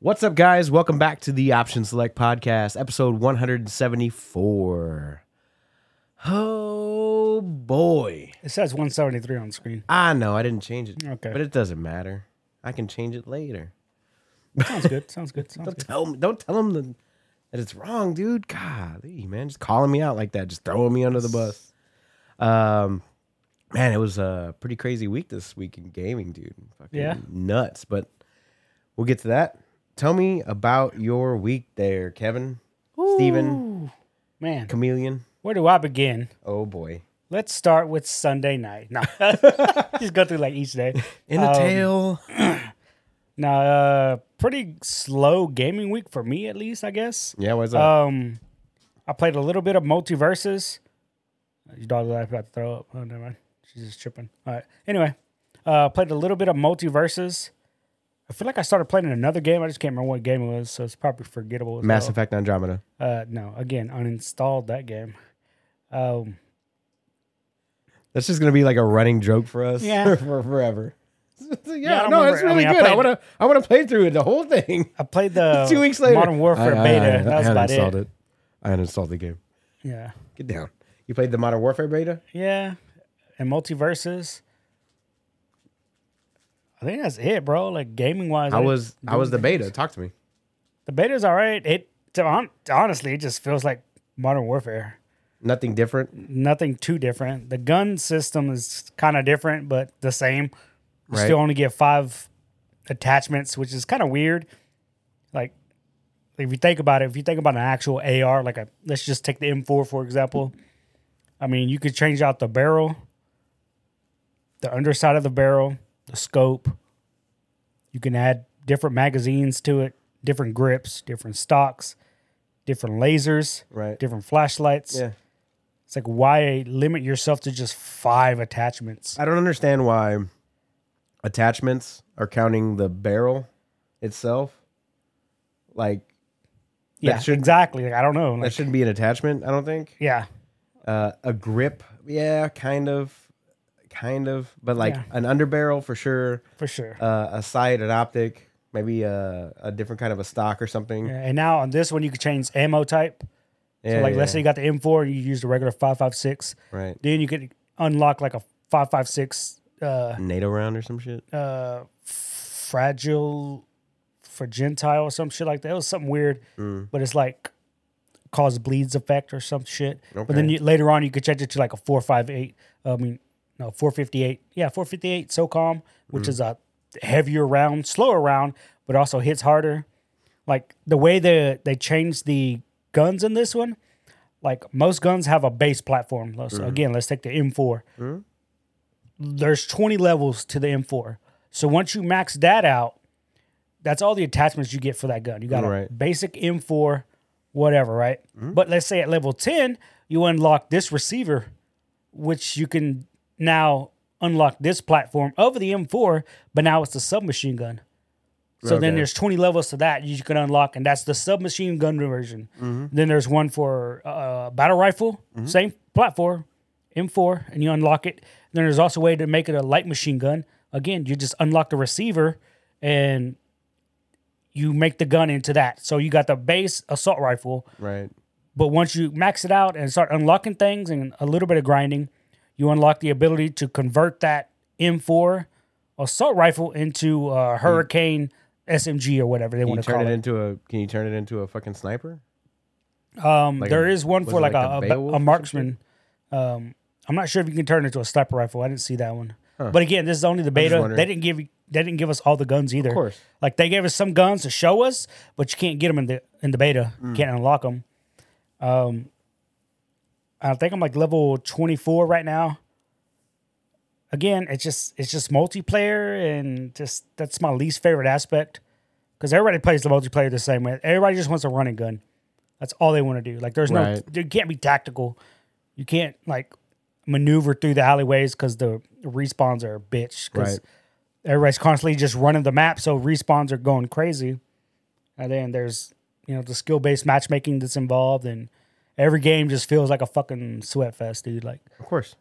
What's up, guys? Welcome back to the Option Select Podcast, episode 174. Oh boy. It says 173 on the screen. I know I didn't change it. Okay. But it doesn't matter. I can change it later. Sounds good. Sounds good. Sounds Don't good. tell me don't tell them that, that it's wrong, dude. God, man, just calling me out like that, just throwing me under the bus. Um man, it was a pretty crazy week this week in gaming, dude. Fucking Yeah. nuts, but we'll get to that. Tell me about your week there, Kevin. Steven, Ooh, man, Chameleon. where do I begin? Oh boy. Let's start with Sunday night. No, just go through like each day. In the Um, tail. Now, uh, pretty slow gaming week for me, at least, I guess. Yeah, what's up? Um, I played a little bit of multiverses. Your dog was about to throw up. Oh, never mind. She's just tripping. All right. Anyway, uh, played a little bit of multiverses. I feel like I started playing another game. I just can't remember what game it was, so it's probably forgettable. as Mass well. Effect Andromeda. Uh, no, again, uninstalled that game. Um, That's just gonna be like a running joke for us Yeah. for forever. yeah, don't no, remember- it's I really mean, I good. I played- wanna I wanna play through it the whole thing. I played the Two weeks later. Oh, Modern Warfare beta. that was about it. I uninstalled the game. Yeah, Get down. You played the Modern Warfare beta? yeah, and multiverses. I think that's it, bro. Like gaming wise, I was I was the beta. Talk to me. the beta's all right. It to hon- honestly, it just feels like Modern Warfare. Nothing different. Nothing too different. The gun system is kind of different, but the same. You Right. still only get five attachments, which is kind of weird. Like, if you think about it, if you think about an actual AR, like a let's just take the M4 for example. I mean, you could change out the barrel, the underside of the barrel, the scope. You can add different magazines to it, different grips, different stocks, different lasers, Right. different flashlights. Yeah. It's like why limit yourself to just five attachments? I don't understand why attachments are counting the barrel itself. Like Yeah, should- exactly. Like I don't know. that Like, shouldn't be an attachment, I don't think. yeah, Uh, a grip, yeah, kind of. Kind of. But like Yeah. an underbarrel for sure. for sure. Uh, a sight, an optic, maybe uh, a, a different kind of a stock or something. Yeah, and now on this one, you can change ammo type. So Yeah, like, let's yeah, say you got the M4 and you use the regular 5.56, right. then you could unlock like a 5.56 uh, NATO round or some shit. uh, fragile for Gentile or some shit like that. It was something weird, but it's like cause bleeds effect or some shit. But then Okay. you, later on, you could change it to like a 4.58. I mean, no, 4.58. Yeah, 4.58 SOCOM, which is a heavier round, slower round, but also hits harder. Like the way they they changed the guns in this one, like most guns have a base platform. Let's- Again, let's take the M4 there's 20 levels to the M4. So once you max that out, that's all the attachments you get for that gun. You got a Right. basic M4, whatever, right? But let's say at level 10, you unlock this receiver, which you can now unlock this platform of the M4, but now it's the submachine gun. So then Okay. there's 20 levels to that you can unlock, and that's the submachine gun version. Then there's one for uh, battle rifle, same platform, M4, and you unlock it. Then there's also a way to make it a light machine gun. Again, you just unlock the receiver and you make the gun into that. So you got the base assault rifle, Right. but once you max it out and start unlocking things and a little bit of grinding, you unlock the ability to convert that M4 assault rifle into a Hurricane SMG or whatever they Can want Hmm. you to turn call it it. into a can you turn it into a fucking sniper? Um, like there a- is one was for it like, like a- a a, ba- Beowulf or a some marksman. Um, I'm not sure if you can turn it into a sniper rifle. I didn't see that one. But again, this is only the beta. wondering. They didn't give you- they didn't give us all the guns either. Of course. like they gave us some guns to show us, but you can't get them in the in the beta. Mm. You Can't unlock them. Um, I think I'm like level 24 right now. Again, it's just it's just multiplayer and just that's my least favorite aspect because everybody plays the multiplayer the same way. Everybody just wants a running gun. That's all they want to do. Like there's Right. no, you can't be tactical. You can't like maneuver through the alleyways because the respawns are a bitch. 'cause Right. Everybody's constantly just running the map, so respawns are going crazy. And then there's you know the skill based matchmaking that's involved, and every game just feels like a fucking sweat fest, dude. Like Of course.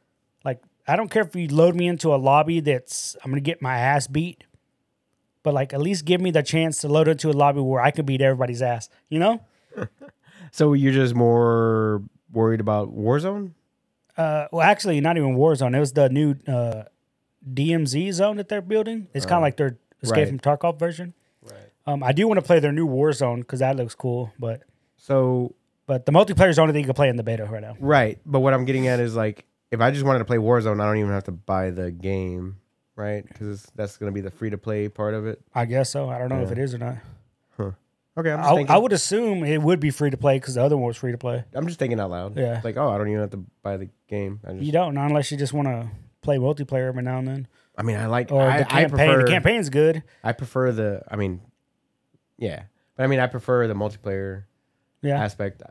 like I don't care if you load me into a lobby that's I'm gonna get my ass beat. but like at least give me the chance to load into a lobby where I can beat everybody's ass. You know? So you're just more worried about Warzone? Uh, well, actually, not even Warzone. It was the new uh, DMZ zone that they're building. It's kind of like their Escape right. from Tarkov version. Right. Um, I do want to play their new Warzone because that looks cool, but So but the multiplayer is the only thing you can play in the beta right now. right, but what I'm getting at is like if I just wanted to play Warzone, I don't even have to buy the game, right? Because that's going to be the free to play part of it. I guess so. I don't know if it is or not. Okay, I'm just, I, thinking, I would assume it would be free to play because the other one was free to play. I'm just thinking out loud. Yeah. It's like, oh, I don't even have to buy the game. I, just, You don't not unless you just want to play multiplayer every now and then. I mean, I like Or I, the I campaign. prefer the campaign's good. I prefer the. I mean, yeah, but I mean, I prefer the multiplayer Yeah, aspect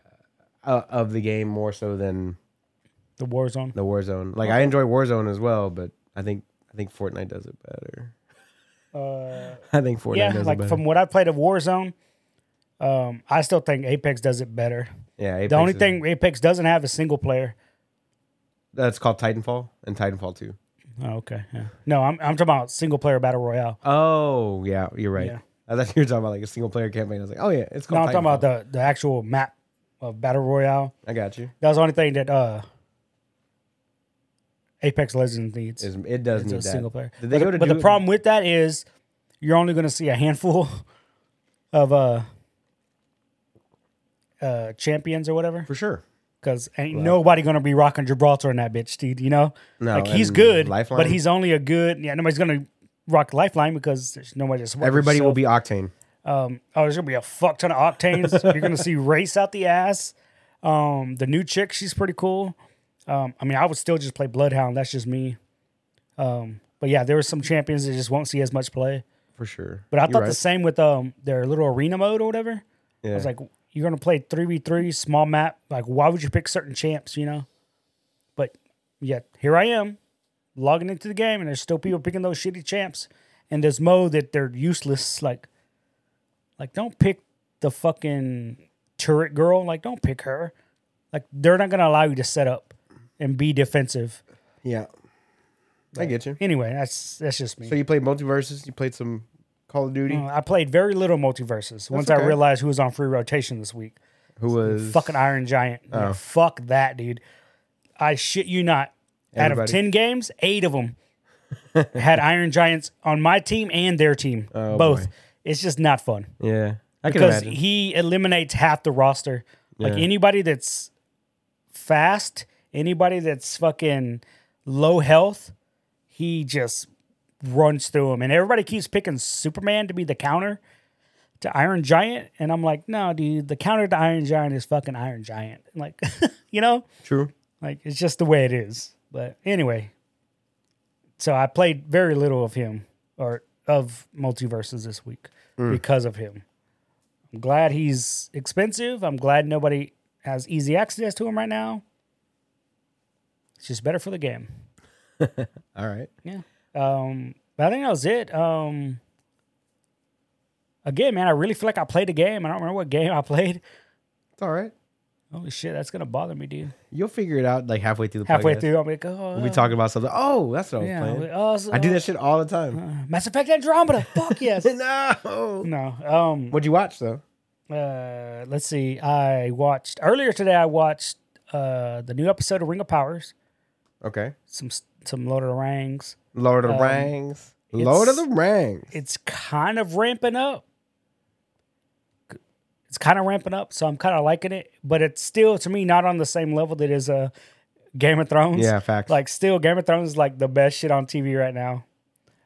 uh, of the game more so than the Warzone. the Warzone. Like I enjoy Warzone as well, but I think I think Fortnite does it better. Uh, I think Fortnite yeah, does it like better. from what I played of Warzone, um, I still think Apex does it better. yeah, The Apex only is- thing Apex doesn't have is single player. that's called Titanfall and Titanfall Two. Oh, okay. Yeah. No, I'm I'm talking about single player battle royale. Oh yeah, you're right. Yeah. I thought you were talking about like a single player campaign. I was like, oh yeah, it's No, I'm called. talking about the, the actual map of battle royale. I got you. That was the only thing that uh, Apex Legends needs. It's- it does It's need a that. single player. Did they but go to but do- the problem with that is you're only going to see a handful of uh, uh, champions or whatever. for sure. Because ain't nobody going to be rocking Gibraltar in that bitch, dude. You know, No, like he's and good, Lifeline? but he's only a good. Yeah, nobody's going to rock Lifeline because there's nobody. To support Everybody yourself. will be Octane. Um, oh, there's gonna be a fuck ton of octanes. You're gonna see race out the ass. Um, the new chick, she's pretty cool. Um, I mean, I would still just play Bloodhound. That's just me. Um, but yeah, there were some champions that just won't see as much play. For sure. But I You're thought the right. same with um their little arena mode or whatever. yeah. I was like, you're gonna play three v three, small map. Like, why would you pick certain champs? You know. But yet here I am, logging into the game, and there's still people picking those shitty champs, and this mode that they're useless. Like, like don't pick the fucking turret girl. Like, don't pick her. Like, they're not gonna allow you to set up and be defensive. yeah. I get you. Anyway, that's that's just me. So you played multiverses. You played some Call of Duty. Uh, I played very little multiverses once I okay. realized who was on free rotation this week. who was fucking Iron Giant. Yeah, Oh. fuck that, dude. I shit you not. Out of Everybody- 10 games, eight of them had Iron Giants on my team and their team. both. Oh, boy. It's just not fun Yeah, I can because imagine. he eliminates half the roster. Like Yeah. anybody that's fast, anybody that's fucking low health, he just runs through them. And everybody keeps picking Superman to be the counter to Iron Giant. And I'm like, no, dude, the counter to Iron Giant is fucking Iron Giant. Like, you know, True. like it's just the way it is. But anyway, so I played very little of him or of multiverses this week Mm. because of him. I'm glad he's expensive. I'm glad nobody has easy access to him right now. It's just better for the game. All right. Yeah. Um, but I think that was it. Um, again, man, I really feel like I played a game. I don't remember what game I played. It's all right. Holy shit, that's gonna bother me, dude. You'll figure it out like halfway through the Halfway podcast. through, I'm like, oh, We'll be talking about something. Oh, that's what I was yeah, playing. like, oh, so- I do that shit all the time. Uh, Mass Effect Andromeda. Fuck yes. no. No. Um. What'd you watch though? Uh. Let's see. I watched earlier today. I watched uh the new episode of Ring of Powers. Okay. Some some Lord of the Rings. Lord Um, of the Rings. Lord of the Rings. It's kind of ramping up. It's kind of ramping up, so I'm kind of liking it, but it's still to me not on the same level that is uh Game of Thrones. Yeah, facts. Like still, Game of Thrones is like the best shit on TV right now.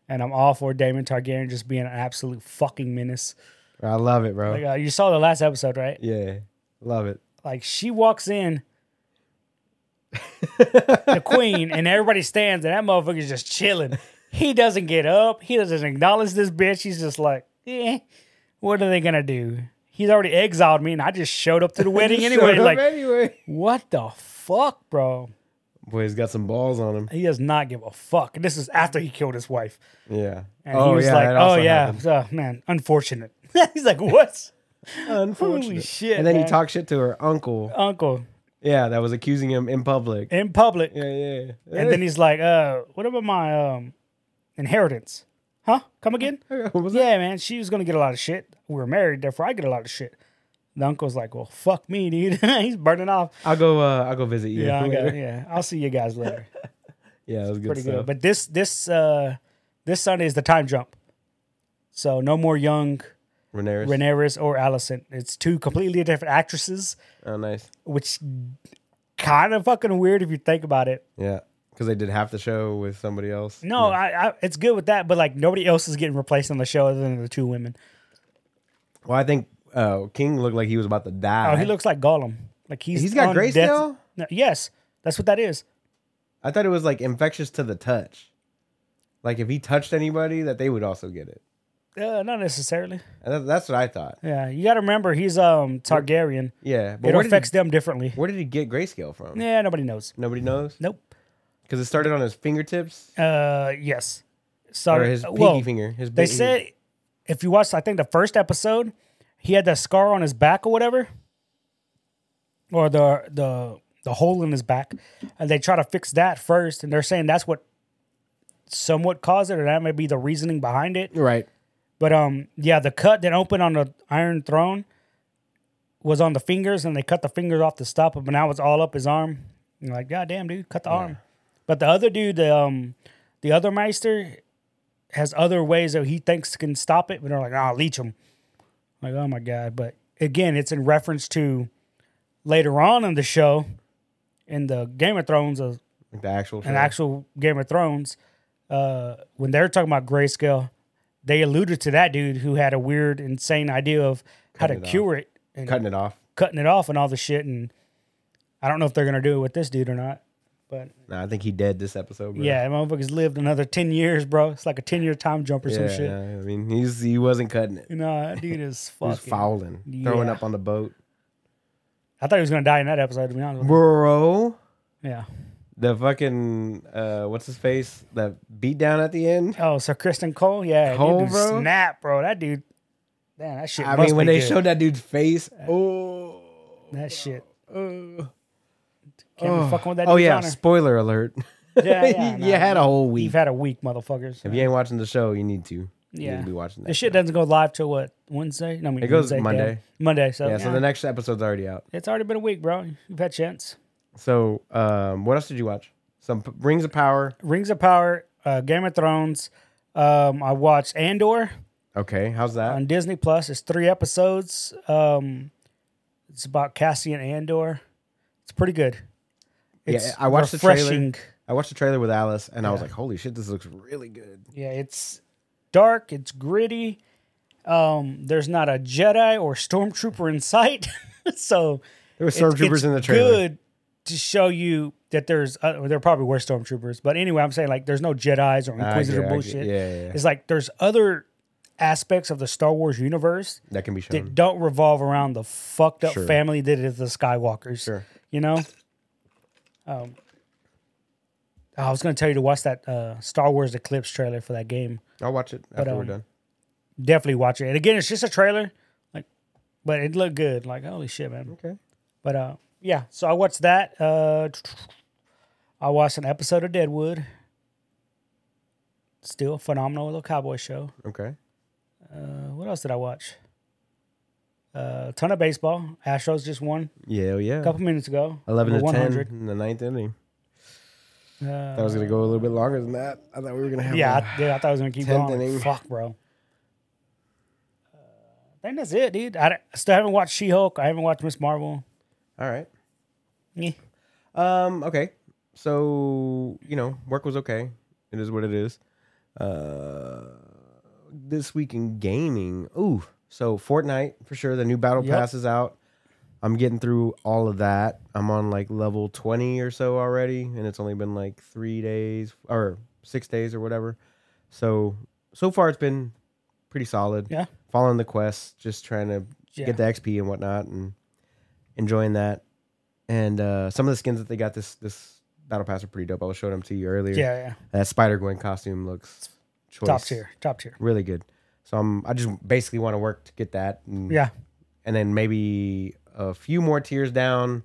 And I'm all for Damon Targaryen just being an absolute fucking menace. I love it, bro. Like, uh, you saw the last episode, right? yeah. Love it. like she walks in the queen and everybody stands and that motherfucker's just chilling he doesn't get up he doesn't acknowledge this bitch he's just like eh, what are they gonna do he's already exiled me and i just showed up to the wedding Showed anyway up like anyway. what the fuck bro Boy's got some balls on him. he does not give a fuck and this is after he killed his wife Yeah. and he was like that oh also yeah happened. oh, man unfortunate he's like what Unfortunate. Holy shit, And then man. he talked shit to her uncle. uncle Yeah, that was accusing him in public. in public yeah, yeah. And then he's like, uh, what about my um inheritance? Huh? Come again? What was that? Yeah, man. She was gonna get a lot of shit. We were married, therefore I get a lot of shit. The uncle's like, well, fuck me, dude. He's burning off. I'll go. Uh, I'll go visit you. Yeah, I later. got, yeah. I'll see you guys later. yeah. It was good Pretty stuff. good. But this this uh this Sunday is the time jump. So no more young Rhaenyra. Rhaenyra or Allison. It's two completely different actresses, Oh, nice. which kind of fucking weird if you think about it. Yeah, because they did half the show with somebody else. No, I, I it's good with that, but like nobody else is getting replaced on the show other than the two women. Well, I think uh, King looked like he was about to die. Oh, he looks like Gollum. Like he's He's got on gray death- still? No, yes, that's what that is. I thought it was like infectious to the touch. Like if he touched anybody, that they would also get it. Uh, not necessarily. And that, that's what I thought. Yeah, you got to remember he's um Targaryen. Yeah, but It where did, affects he, them differently. where did he get grayscale from? Yeah, nobody knows. Nobody knows Nope. because it started on his fingertips Uh, yes. or Sorry. his pinky Uh, well, finger. His They pinky- said if you watch, I think the first episode, he had that scar on his back or whatever, or the the the hole in his back, and they try to fix that first, and they're saying that's what somewhat caused it, or that may be the reasoning behind it. right. But um, yeah, the cut that opened on the Iron Throne was on the fingers, and they cut the fingers off to stop it. But now it's all up his arm. And you're like, God damn, dude, cut the arm. But the other dude, the um, the other Meister, has other ways that he thinks can stop it. But they're like, ah, leech him. Like, oh my god. But again, it's in reference to later on in the show, in the Game of Thrones, uh, a Like the actual. Show. an actual Game of Thrones, uh, when they're talking about grayscale, they alluded to that dude who had a weird, insane idea of how it to off. cure it and cutting it off. cutting it off and all the shit. And I don't know if they're gonna do it with this dude or not. But No, I think he dead this episode. Bro. yeah, that motherfucker's lived another ten years, bro. It's like a ten year time jump or some yeah, shit. yeah. I mean, he's he wasn't cutting it. You know, that dude is He was fucking. fouling, throwing Yeah. up on the boat, I thought he was gonna die in that episode. To be honest, with bro. you. yeah. The fucking uh, what's his face? That beat down at the end. Oh, so Kristen Cole, yeah, Cole, that dude bro? snap, bro. That dude, damn, that shit. I must mean, when be they good. Uh, showed that dude's face, oh, that shit, oh. can't be fucking with that. oh dude's yeah, honor. spoiler alert. Yeah, yeah, you no, had a whole week. You've had a week, motherfuckers. if you ain't watching the show, you need to. You need Yeah. to be watching that. This shit doesn't go live till what Wednesday? No, I mean It goes Wednesday, Monday. yeah. Monday, so, yeah, so the next episode's already out. it's already been a week, bro. You've had chance. So, um, what else did you watch? Some P- Rings of Power. Rings of Power, uh, Game of Thrones. Um, I watched Andor Okay, how's that? on Disney Plus. It's three episodes. Um, it's about Cassian Andor. It's pretty good. It's I watched the trailer. refreshing. I watched the trailer with Alice, and I was like, "Holy shit, this looks really good." Yeah, it's dark. It's gritty. Um, there's not a Jedi or stormtrooper in sight, so There were it's- stormtroopers it's in the trailer. Good to show you that there's uh, well, there probably were stormtroopers, but anyway, I'm saying like there's no Jedi's or I get- Inquisitor I get- bullshit. yeah, yeah, yeah. It's like there's other aspects of the Star Wars universe That can be that shown. don't revolve around the fucked up Mm. Sure. family that is the Skywalkers. Sure. You know. Um. I was gonna tell you to watch that uh, Star Wars Eclipse trailer for that game. I'll watch it after we're um, done. Definitely watch it. And again, it's just a trailer, like, but it looked good. Like, holy shit, man. Okay. But uh, yeah, so I watched that. Uh, I watched an episode of Deadwood. Still a phenomenal little cowboy show. Okay. Uh, what else did I watch? uh, ton of baseball. Astros just won Yeah, oh, yeah. a couple minutes ago. Eleven to Number ten in the ninth inning. Uh, That was gonna go a little bit longer than that. I thought we were gonna have. yeah, a- I, dude, I thought I was gonna keep tenth going. inning. Fuck, bro. Uh, I think that's it, dude. I, don't- I still haven't watched She Hulk. I haven't watched Miss Marvel. All right. Eh. Um. Okay. So you know, work was okay. It is what it is. Uh, this week in gaming. Ooh. So Fortnite for sure. The new battle Yep. pass is out. I'm getting through all of that. I'm on like level 20 or so already, and it's only been like three days or six days or whatever. So so far it's been pretty solid. Yeah. Following the quest, just trying to Yeah. get the XP and whatnot, and enjoying that. And uh, some of the skins that they got this this battle pass are pretty dope. I was showing them to you earlier. Yeah, yeah. That Spider Gwen costume looks choice. Top tier, top tier. Really good. So I'm I just basically want to work to get that. And, Yeah, And then maybe a few more tiers down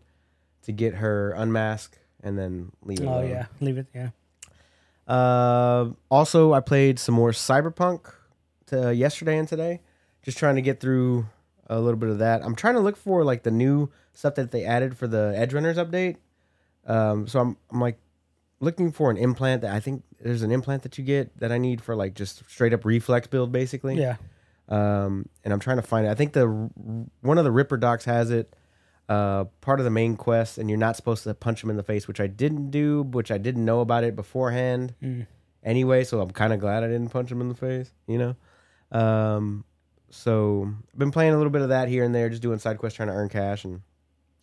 to get her unmask and then leave it Oh alone. yeah, leave it. Yeah, Uh, also, I played some more Cyberpunk to yesterday and today. Just trying to get through a little bit of that. I'm trying to look for like the new stuff that they added for the Edge Runners update. Um, so I'm I'm like looking for an implant that I think there's an implant that you get that I need for like just straight up reflex build basically Yeah. um, and I'm trying to find it. I think the one of the Ripper docs has it. Uh, part of the main quest, and you're not supposed to punch him in the face, which I didn't do, which I didn't know about it beforehand. Anyway, so I'm kind of glad I didn't punch him in the face. You know, um, so I've been playing a little bit of that here and there, just doing side quests, trying to earn cash and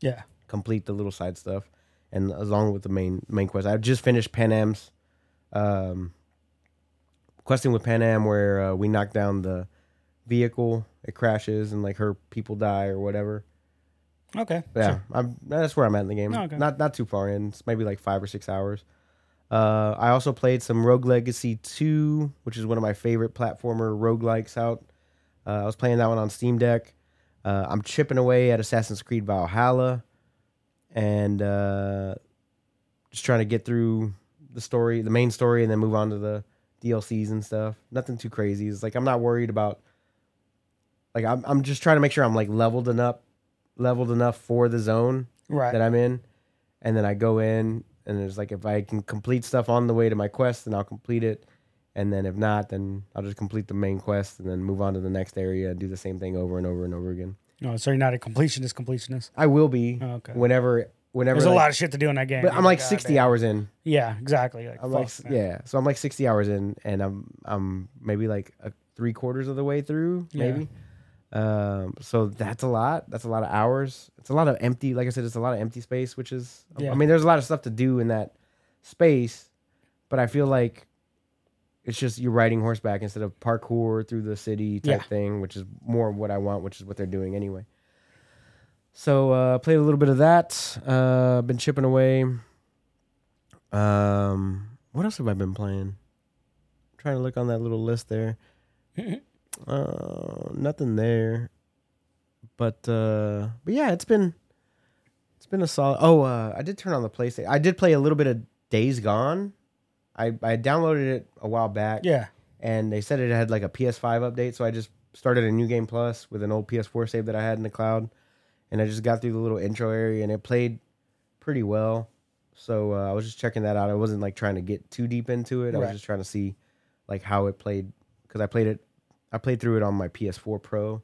Yeah. complete the little side stuff, and along with the main main quest. I just finished Pan Am's um, questing with Pan Am, where uh, we knock down the vehicle, it crashes, and like her people die or whatever. Okay. Yeah, Sure. I'm, that's where I'm at in the game. Oh, okay. Not not too far in. It's maybe like five or six hours. Uh, I also played some Rogue Legacy 2, which is one of my favorite platformer roguelikes out. Uh, I was playing that one on Steam Deck. Uh, I'm chipping away at Assassin's Creed Valhalla and uh, just trying to get through the story, the main story, and then move on to the DLCs and stuff. Nothing too crazy. It's like I'm not worried about. Like I'm, I'm just trying to make sure I'm like leveled and up, leveled enough for the zone Right. that I'm in, and then I go in, and there's like if I can complete stuff on the way to my quest, then I'll complete it, and then if not, then I'll just complete the main quest and then move on to the next area and do the same thing over and over and over again. no, so you're not a completionist. Completionist. I will be Oh, okay. whenever, whenever. There's a like- lot of shit to do in that game. But I'm like God 60 damn. hours in. Yeah. Exactly. Like, I'm like, s- fuck, man. yeah. So I'm like 60 hours in, and I'm I'm maybe like a three quarters of the way through, Yeah. maybe. Um, so that's a lot. That's a lot of hours. It's a lot of empty. Like I said, it's a lot of empty space, which is. Yeah. I mean, there's a lot of stuff to do in that space, but I feel like it's just you're riding horseback instead of parkour through the city type Yeah. thing, which is more what I want, which is what they're doing anyway. So uh, played a little bit of that. Uh, been chipping away. Um, what else have I been playing? trying to look on that little list there. uh, nothing there. But uh, but yeah, it's been it's been a solid. Oh, uh, I did turn on the PlayStation. I did play a little bit of Days Gone. I I downloaded it a while back. Yeah. and they said it had like a PS5 update, so I just started a new game plus with an old PS4 save that I had in the cloud, and I just got through the little intro area and it played pretty well. So uh, I was just checking that out. I wasn't like trying to get too deep into it. I was Right. just trying to see like how it played because I played it, I played through it on my PS4 Pro,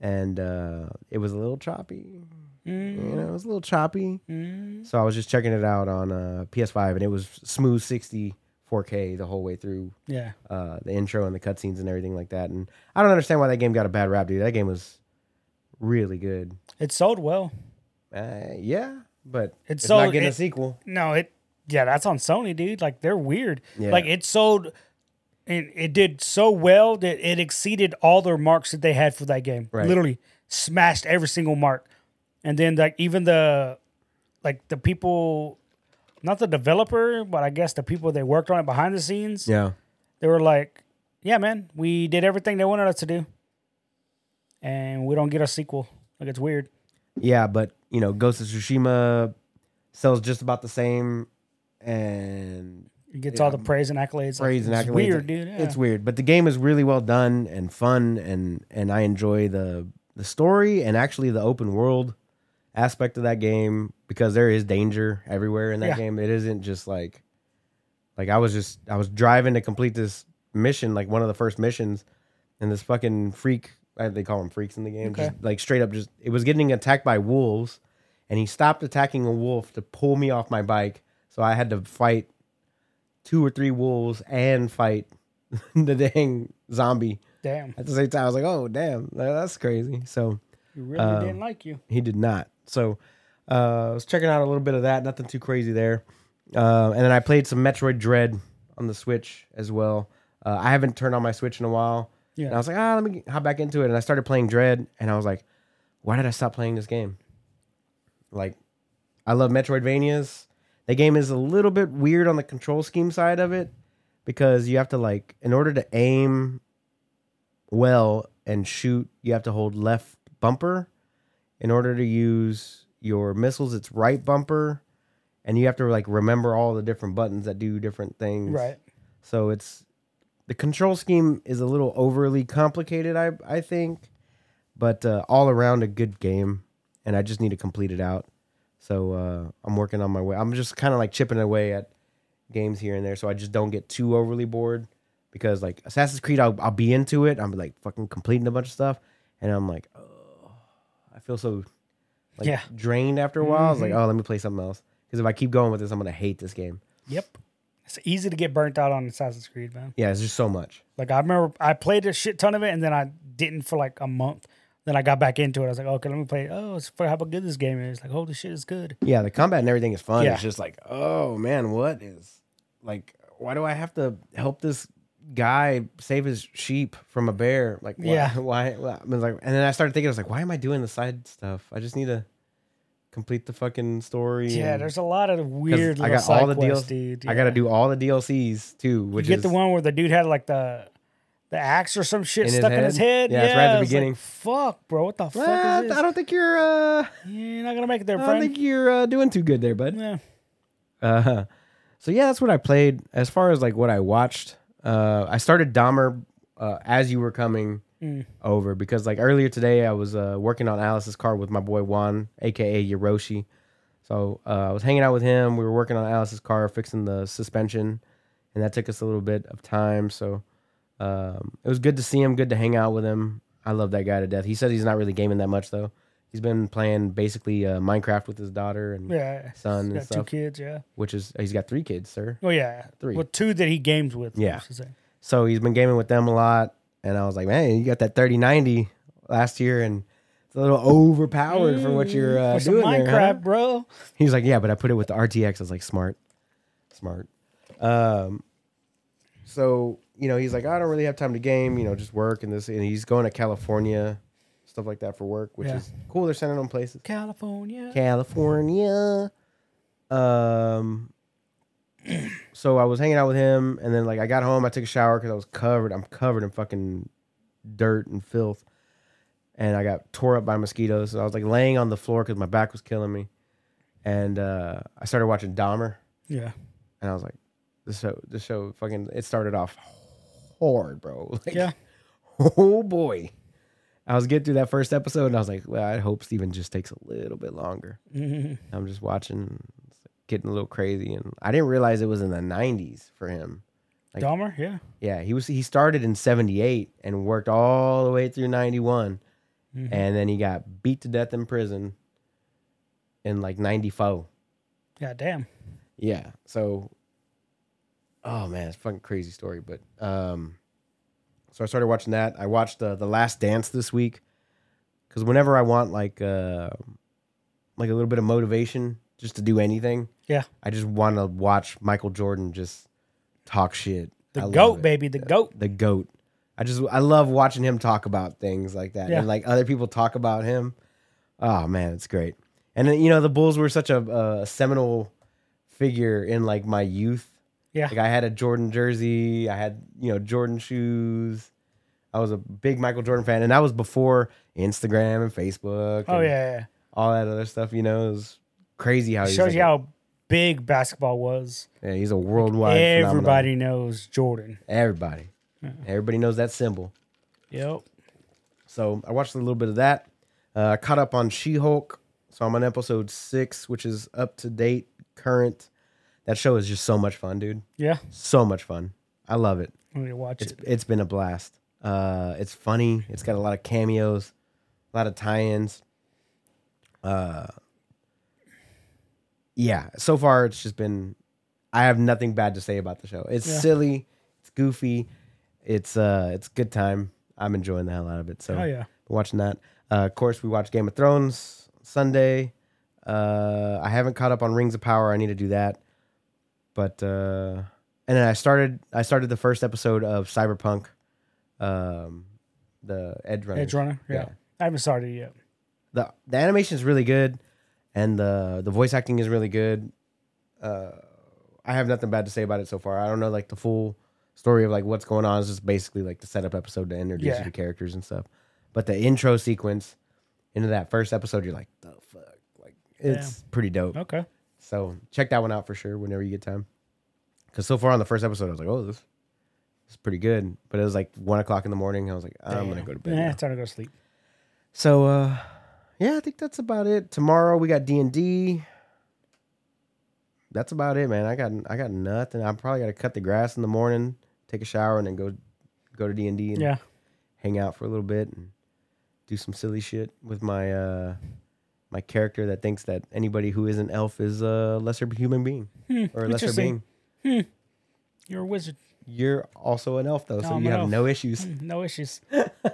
and uh, it was a little choppy. Mm-hmm. You know, it was a little choppy. So I was just checking it out on uh, PS5, and it was smooth 60 4K the whole way through Yeah. uh, the intro and the cutscenes and everything like that. And I don't understand why that game got a bad rap, dude. That game was really good. It sold well. Uh, yeah, but It's it's, so- not getting it- a sequel. No, it. Yeah, that's on Sony, dude. Like they're weird. Yeah. Like it sold, and it did so well that it exceeded all their marks that they had for that game. Right. Literally smashed every single mark. And then like even the, like the people, not the developer, but I guess the people that worked on it behind the scenes, Yeah, they were like, "Yeah, man, we did everything they wanted us to do, and we don't get a sequel. Like it's weird." yeah, but you know, Ghost of Tsushima sells just about the same, and It gets all the praise and accolades. Like, praise and it's accolades. Weird, dude. Yeah. It's weird, but the game is really well done and fun, and and I enjoy the the story and actually the open world aspect of that game because there is danger everywhere in that Yeah. game. It isn't just like like I was just I was driving to complete this mission, like one of the first missions, and this fucking freak I- they call them freaks in the game, Okay. just like straight up just it was getting attacked by wolves and he stopped attacking a wolf to pull me off my bike. So I had to fight two or three wolves and fight the dang zombie Damn, at the same time. I was like, oh damn, that- that's crazy. So you really Um, didn't like you. he did not. So uh, I was checking out a little bit of that. Nothing too crazy there. Uh, and then I played some Metroid Dread on the Switch as well. Uh, I haven't turned on my Switch in a while. Yeah. And I was like, ah, let me hop back into it. And I started playing Dread, and I was like, why did I stop playing this game? Like, I love Metroidvanias. The game is a little bit weird on the control scheme side of it because you have to like, in order to aim well and shoot, you have to hold left bumper. In order to use your missiles, it's right bumper. and you have to like remember all the different buttons that do different things. Right. So it's the control scheme is a little overly complicated, I I think, but uh, all around a good game, and I just need to complete it out. So uh, I'm working on my way. I'm just kind of like chipping away at games here and there, so I just don't get too overly bored. Because like Assassin's Creed, I'll, I'll be into it. I'm like fucking completing a bunch of stuff, and I'm like, oh, I feel so like Yeah. drained after a while. I was like, oh, let me play something else. Because if I keep going with this, I'm gonna hate this game. Yep. It's easy to get burnt out on Assassin's Creed, man. Yeah, it's just so much. Like I remember I played a shit ton of it and then I didn't for like a month. Then I got back into it. I was like, okay, let me play. Oh, it's for how good this game is. Like, holy shit, it's good. Yeah, the combat and everything is fun. Yeah. It's just like, oh man, what is like? Why do I have to help this guy save his sheep from a bear? Like, why, Yeah. why? why- I was like, and then I started thinking, I was like, why am I doing the side stuff? I just need to complete the fucking story. Yeah, and- there's a lot of 'cause weird. I Little got all the deals, DLCs. dude. I got to Yeah. do all the DLCs too, which you get is the one where the dude had like the the axe or some shit In his stuck in his head? head. Yeah, it's right at the it's like, beginning. fuck, bro, what the fuck Well, is I this? don't think you're. uh Yeah, you're not gonna make it there, I don't friend. think you're uh, doing too good there, bud. yeah. Uh, so yeah, that's what I played. As far as like what I watched, uh, I started Dahmer uh, as you were coming Mm. over because like earlier today I was uh, working on Alice's car with my boy Juan, aka Yoroshi. So uh, I was hanging out with him. We were working on Alice's car, fixing the suspension, and that took us a little bit of time. So um, it was good to see him. Good to hang out with him. I love that guy to death. He said he's not really gaming that much though. He's been playing basically uh, Minecraft with his daughter and Yeah. son He's and got stuff two kids, yeah. which is he's got three kids, sir. Well, yeah. Three. Well, two that he games with. I Yeah. should say. So he's been gaming with them a lot, and I was like, man, you got that thirty ninety last year, and it's a little overpowered for what you're uh, Mm, For some doing Minecraft, there. huh?" bro. He's like, yeah, but I put it with the RTX. I was like, smart, smart. Um, so you know, he's like, I don't really have time to game. You know, just work and this, and he's going to California, stuff like that for work, which Yeah. is cool. They're sending him places. California. California. Um. So I was hanging out with him, and then like I got home, I took a shower because I was covered. I'm covered in fucking dirt and filth, and I got tore up by mosquitoes. So I was like laying on the floor because my back was killing me, and uh, I started watching Dahmer, yeah. and I was like, this show, this show, fucking, it started off hard, bro. Like, Yeah. oh boy. I was getting through that first episode, and I was like, well, I hope Steven just takes a little bit longer. Mhm. I'm just watching, it's getting a little crazy, and I didn't realize it was in the 90s for him. Like- Dahmer, yeah. Yeah, he was he started in 78 and worked all the way through 91, Mhm. and then he got beat to death in prison in like 94. Yeah, damn. Yeah, so oh man, it's a fucking crazy story, but um, so I started watching that. I watched uh, the Last Dance this week because whenever I want like uh, like a little bit of motivation just to do anything, Yeah. I just want to watch Michael Jordan just talk shit. I The love goat, it. baby. The goat. The goat. I just I love watching him talk about things like that, Yeah. and like other people talk about him. Oh man, it's great. And then, you know the Bulls were such a, uh seminal figure in like my youth. Yeah. like I had a Jordan jersey. I had you know Jordan shoes. I was a big Michael Jordan fan, and that was before Instagram and Facebook. Oh, and yeah. yeah, all that other stuff. You know, it was crazy how yeah. he Shows you how big basketball was. yeah, he's a worldwide Everybody phenomenon. knows Jordan. Everybody, everybody knows that symbol. Yep. So I watched a little bit of that. Uh, I caught up on She Hulk. So I'm on episode six, which is up to date, current. That show is just so much fun, dude. Yeah. So much fun. I love it. I need to watch It's it. it's been a blast. Uh, it's funny. It's got a lot of cameos, a lot of tie-ins. Uh, yeah. So far, it's just been. I have nothing bad to say about the show. It's Yeah. silly. It's goofy. It's uh, it's good time. I'm enjoying the hell out of it. So Oh, yeah. watching that. Uh, of course, we watched Game of Thrones Sunday. Uh, I haven't caught up on Rings of Power. I need to do that. But uh, and then I started. I started the first episode of Cyberpunk, um, the Edge Runner. Edge Runner. Yeah. Yeah. I haven't started it yet. The the animation is really good, and the the voice acting is really good. Uh, I have nothing bad to say about it so far. I don't know like the full story of like what's going on. It's just basically like the setup episode to introduce Yeah. you to characters and stuff. But the intro sequence into that first episode, you're like, the fuck, like it's pretty dope. Okay. So check that one out for sure whenever you get time. Because so far on the first episode, I was like, oh, this, this is pretty good. But it was like one o'clock in the morning. I was like, I'm gonna Damn. go to bed. Yeah, now. time to go to sleep. So uh yeah, I think that's about it. Tomorrow we got D and D. That's about it, man. I got I got nothing. I probably gotta cut the grass in the morning, take a shower, and then go go to D and D and Yeah. hang out for a little bit and do some silly shit with my uh my character that thinks that anybody who is an elf is a lesser human being or a lesser Hmm. interesting. being. You're a wizard. You're also an elf though, No, so I'm you an have elf. no issues. No issues.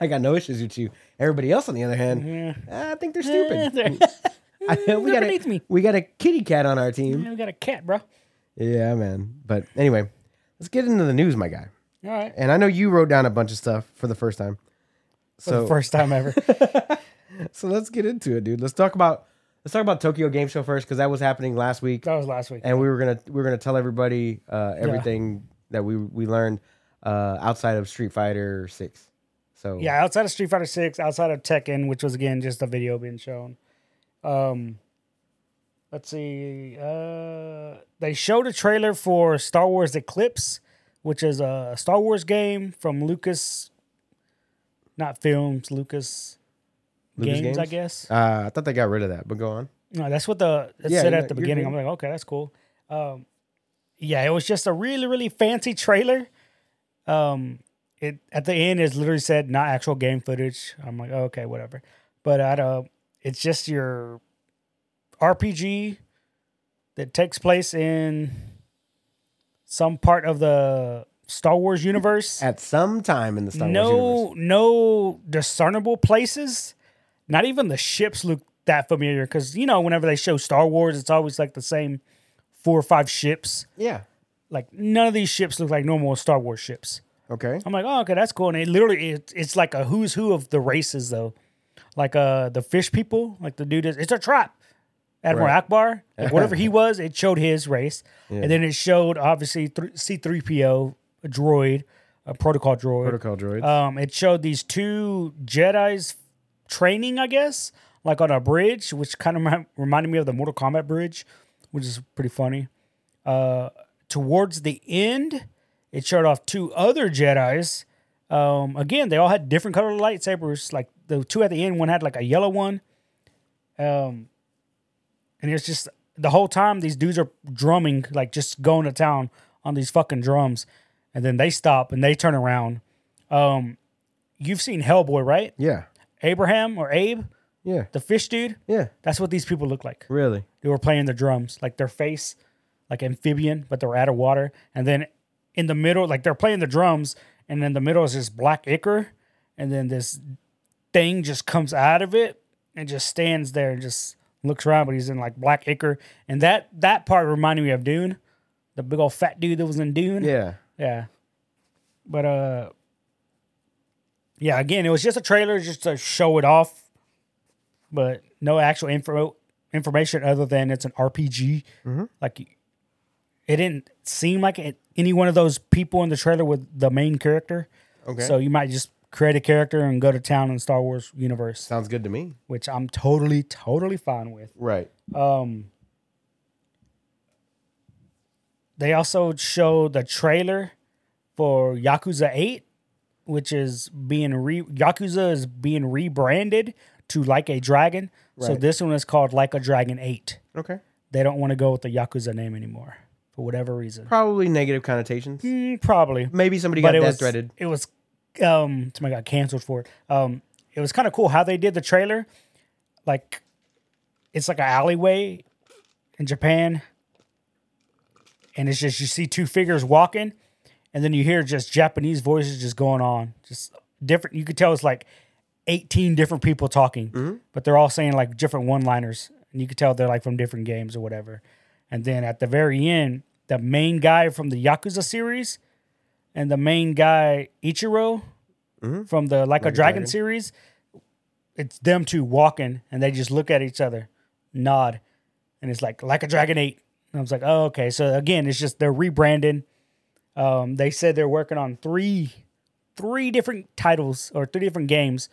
I got no issues with you. Everybody else, on the other hand, Yeah. Eh, I think they're Yeah, stupid. there- I- we They're got beneath a, me. we got a kitty cat on our yeah, team. we got a cat, bro. All Yeah, man. But anyway, let's get into the news, my guy. right. And I know you wrote down a bunch of stuff for the first time. For So the first time ever. so let's get into it, dude. Let's talk about let's talk about Tokyo Game Show first because that was happening last week, that was last week. and we were gonna we were gonna tell everybody uh, everything that we we learned uh, outside of Street Fighter Six. So Yeah, outside of Street Fighter Six, outside of Tekken, which was again just a video being shown. Um, let's see. Uh, they showed a trailer for Star Wars Eclipse, which is a Star Wars game from Lucas, not films, Lucas, Lucas games, I Games? guess. uh, I thought they got rid of that, but go on. No, that's what the it Yeah, said you're at the not- you're beginning. I'm like, okay, that's cool. Um, yeah, it was just a really, really fancy trailer. Um, it at the end is literally said not actual game footage. I'm like, oh, okay, whatever. But I don't. It's just your RPG that takes place in some part of the Star Wars universe At some time in the Star no, Wars universe, No discernible places. Not even the ships look that familiar because, you know, whenever they show Star Wars, it's always like the same four or five ships. yeah. Like, none of these ships look like normal Star Wars ships. Okay. I'm like, oh, okay, that's cool. And it literally, it, it's like a who's who of the races, though. Like uh, the fish people, like the dude is, it's a trap. Admiral Right. Akbar, like, whatever he was, it showed his race. And then it showed, obviously, th- C3PO, a droid, a protocol droid. Protocol droids. Um, it showed these two Jedi's training, I guess, like on a bridge, which kind of remi- reminded me of the Mortal Kombat bridge, which is pretty funny. Uh, towards the end, it showed off two other Jedi's. Um, again, they all had different color lightsabers. Like the two at the end, one had like a yellow one. Um, and it's just the whole time these dudes are drumming, like just going to town on these fucking drums. And then they stop and they turn around. Um, you've seen Hellboy, right? yeah. Abraham or Abe, Yeah. the fish dude. Yeah. That's what these people look like. Really. They were playing the drums, like their face, like amphibian, but they're out of water. And then in the middle, like they're playing the drums, and in the middle is this black ichor, and then this thing just comes out of it and just stands there and just looks around, but he's in like black ichor. And that that part reminded me of Dune, the big old fat dude that was in Dune. Yeah. Yeah. But uh yeah, again, it was just a trailer just to show it off, but no actual info information other than it's an RPG. Like it didn't seem like it, any one of those people in the trailer with the main character. Okay. So you might just create a character and go to town in Star Wars universe, Sounds good to me. which I'm totally totally fine with. Right. Um, they also showed the trailer for Yakuza Eight, which is being re Yakuza is being rebranded to Like a Dragon. So Right. this one is called Like a Dragon Eight. Okay. They don't want to go with the Yakuza name anymore for whatever reason. Probably negative connotations. Mm, probably, Maybe somebody but got it death was threaded. It was um, somebody got canceled for it. Um, it was kind of cool how they did the trailer. Like, it's like an alleyway in Japan, and it's just you see two figures walking, and then you hear just Japanese voices just going on, just different. You could tell it's like eighteen different people talking, Mm-hmm. but they're all saying like different one-liners, and you could tell they're like from different games or whatever. And then at the very end, the main guy from the Yakuza series and the main guy Ichiro from the Mm-hmm. Like, a, Dragon, Dragon. series, it's them two walking and they just look at each other, nod, and it's like Like a Dragon Eight. And I was like, oh okay. So again, it's just they're rebranding. Um, they said they're working on three, three different titles or three different games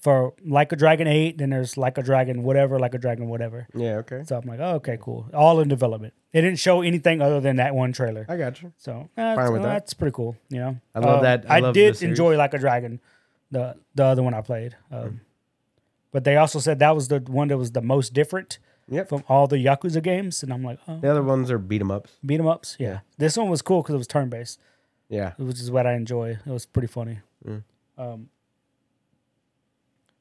for Like a Dragon 8, then there's Like a Dragon whatever, Like a Dragon whatever. Yeah. Okay. So I'm like, oh, okay, cool. All in development. They didn't show anything other than that one trailer. I got you. So uh, that's, with that. that's pretty cool. You know, I love Um, that- I I, love the did series. enjoy Like a Dragon, the the other one I played. Um, Mm. But they also said that was the one that was the most different Yep. from all the Yakuza games, and I'm like, oh, The other ones are beat 'em ups. beat 'em ups. Yeah. this one was cool because it was turn based, Yeah. which is what I enjoy. It was pretty funny. Mm. Um,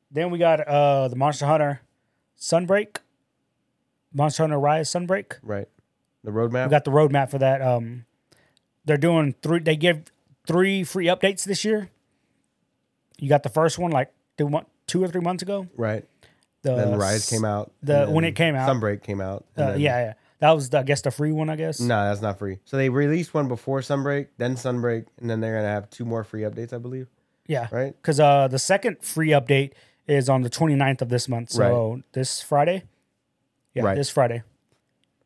then we got uh the Monster Hunter Sunbreak, Monster Hunter Rise Sunbreak. Right. The roadmap. We got the roadmap for that. Um, they're doing three. They give three free updates this year. You got the first one like two, mon- two or three months ago. right. The Then Rise came out. the- and when then it came out. Sunbreak came out. Uh, and then- yeah, yeah, that was the, I guess the free one. I guess. No, that's not free. So they released one before Sunbreak, then Sunbreak, and then they're gonna have two more free updates, I believe. yeah, Right. Because uh, the second free update is on the 29th of this month. So this Friday. Yeah, Right. this Friday.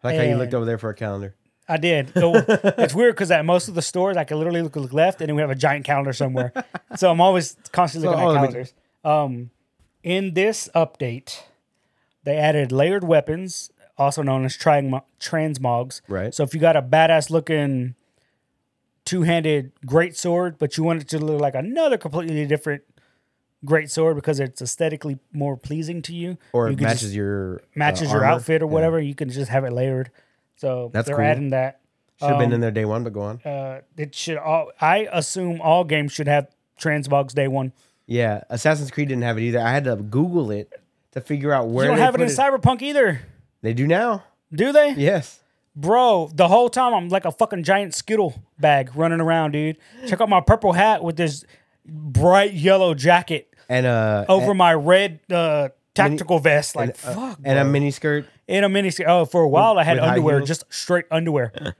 I like how you looked And- over there for a calendar. I did. So it's weird because at most of the stores, I can literally look, look left, and then we have a giant calendar somewhere. so I'm always constantly So looking all at of it- calendars. Um, in this update, they added layered weapons, also known as triang- transmogs. Right. So if you got a badass looking two handed great sword, but you want it to look like another completely different great sword because it's aesthetically more pleasing to you, Or you it can just matches your matches uh, your armor. outfit or whatever. You can just have it layered. So That's they're cool. adding that. Should have been Um, in there day one, but go on. Uh, it should all. I assume all games should have transmogs day one. Yeah, Assassin's Creed didn't have it either. I had to Google it to figure out where You don't they have it put in Cyberpunk either, They do now. do they? Yes. Bro, the whole time I'm like a fucking giant Skittle bag running around, dude. Check out my purple hat with this bright yellow jacket And uh over my red uh, tactical vest. Like, and, uh, fuck. and a mini skirt. in a mini. Oh, for a while I had with high underwear, heels? just straight underwear.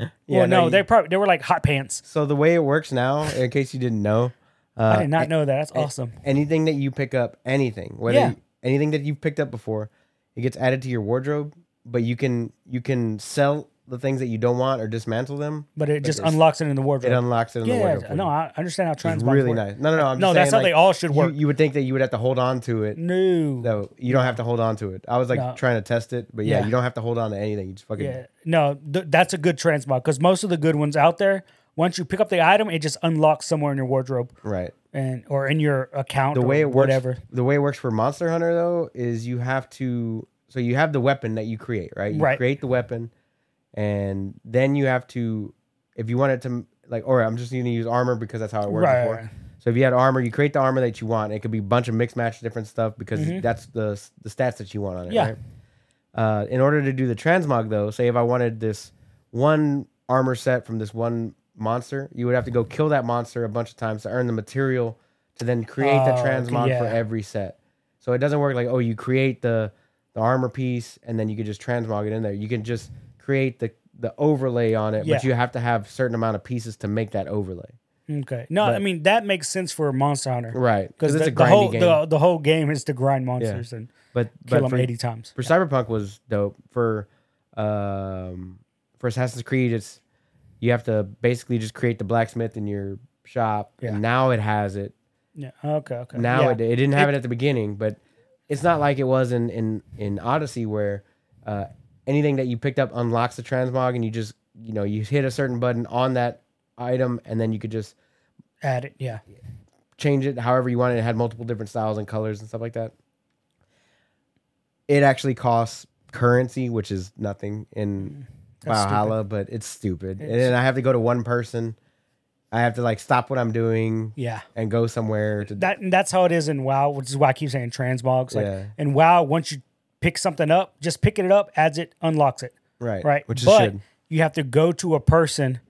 Yeah, well, no, you- they probably they were like hot pants. So the way it works now, in case you didn't know, uh, I did not know that. That's awesome. anything that you pick up, anything, whether Yeah. you- anything that you've picked up before, it gets added to your wardrobe. But you can you can sell the things that you don't want or dismantle them. But it just it's- unlocks it in the wardrobe. It unlocks it in the yeah, wardrobe. for no, you. I understand how trans it's really nice. No, no, no. I'm No, just that's saying, how like, they all should you- work. You, would think that you would have to hold on to it. No, No, you don't have to hold on to it. I was like No. trying to test it, but yeah, Yeah. you don't have to hold on to anything. You just fucking yeah, no, th- that's a good transmog because most of the good ones out there, once you pick up the item, it just unlocks somewhere in your wardrobe right. and or in your account. the way it works, whatever. the way it works for Monster Hunter though is you have to so you have the weapon that you create, right? You Right. create the weapon, and then you have to if you want it to like, or I'm just going to use armor because that's how it worked Right, before. right, right. So if you had armor, you create the armor that you want. It could be a bunch of mixed match different stuff because that's the the stats that you want on it. Mm-hmm. Yeah. Right? Uh, in order to do the transmog though, say if I wanted this one armor set from this one monster, you would have to go kill that monster a bunch of times to earn the material to then create the Oh, okay, transmog for yeah. every set. So it doesn't work like oh you create the the armor piece and then you can just transmog it in there. You can just create the the overlay on it, Yeah. but you have to have certain amount of pieces to make that overlay. Okay, no, I mean that makes sense for Monster Hunter Right. because Because it's the, a the grindy whole game. The, the whole game is to grind monsters and but kill but them for, eighty times. for Cyberpunk was dope. For um for Assassin's Creed it's you have to basically just create the blacksmith in your shop. Yeah. And now it has it. Yeah. Okay. Okay. Now yeah. it, it didn't have it, at the beginning, but it's not like it was in in, in Odyssey where uh, anything that you picked up unlocks the transmog and you just you know you hit a certain button on that item and then you could just Add it. Yeah. change it however you wanted. It had multiple different styles and colors and stuff like that. It actually costs currency, which is nothing in Mm. That's stupid. Valhalla, but it's stupid. and then I have to go to one person. I have to like stop what I'm doing Yeah. and go somewhere to that and that's how it is in WoW, which is why I keep saying transmogs. Like Yeah. in WoW, once you pick something up, just picking it up adds it, unlocks it, right, right? which is but should. you have to go to a person,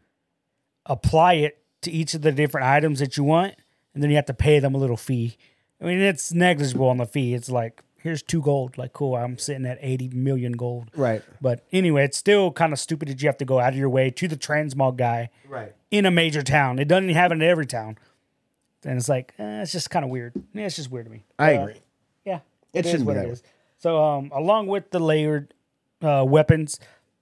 apply it to each of the different items that you want, and then you have to pay them a little fee. I mean, it's negligible on the fee. It's like here's two gold. Like cool, I'm sitting at eighty million gold. Right, But anyway, it's still kind of stupid that you have to go out of your way to the transmog guy right. in a major town. It doesn't happen in every town. And it's like, eh, it's just kind of weird. Yeah, it's just weird to me. I Uh, agree. Yeah. It is shouldn't be what that way. So, um, along with the layered uh, weapons,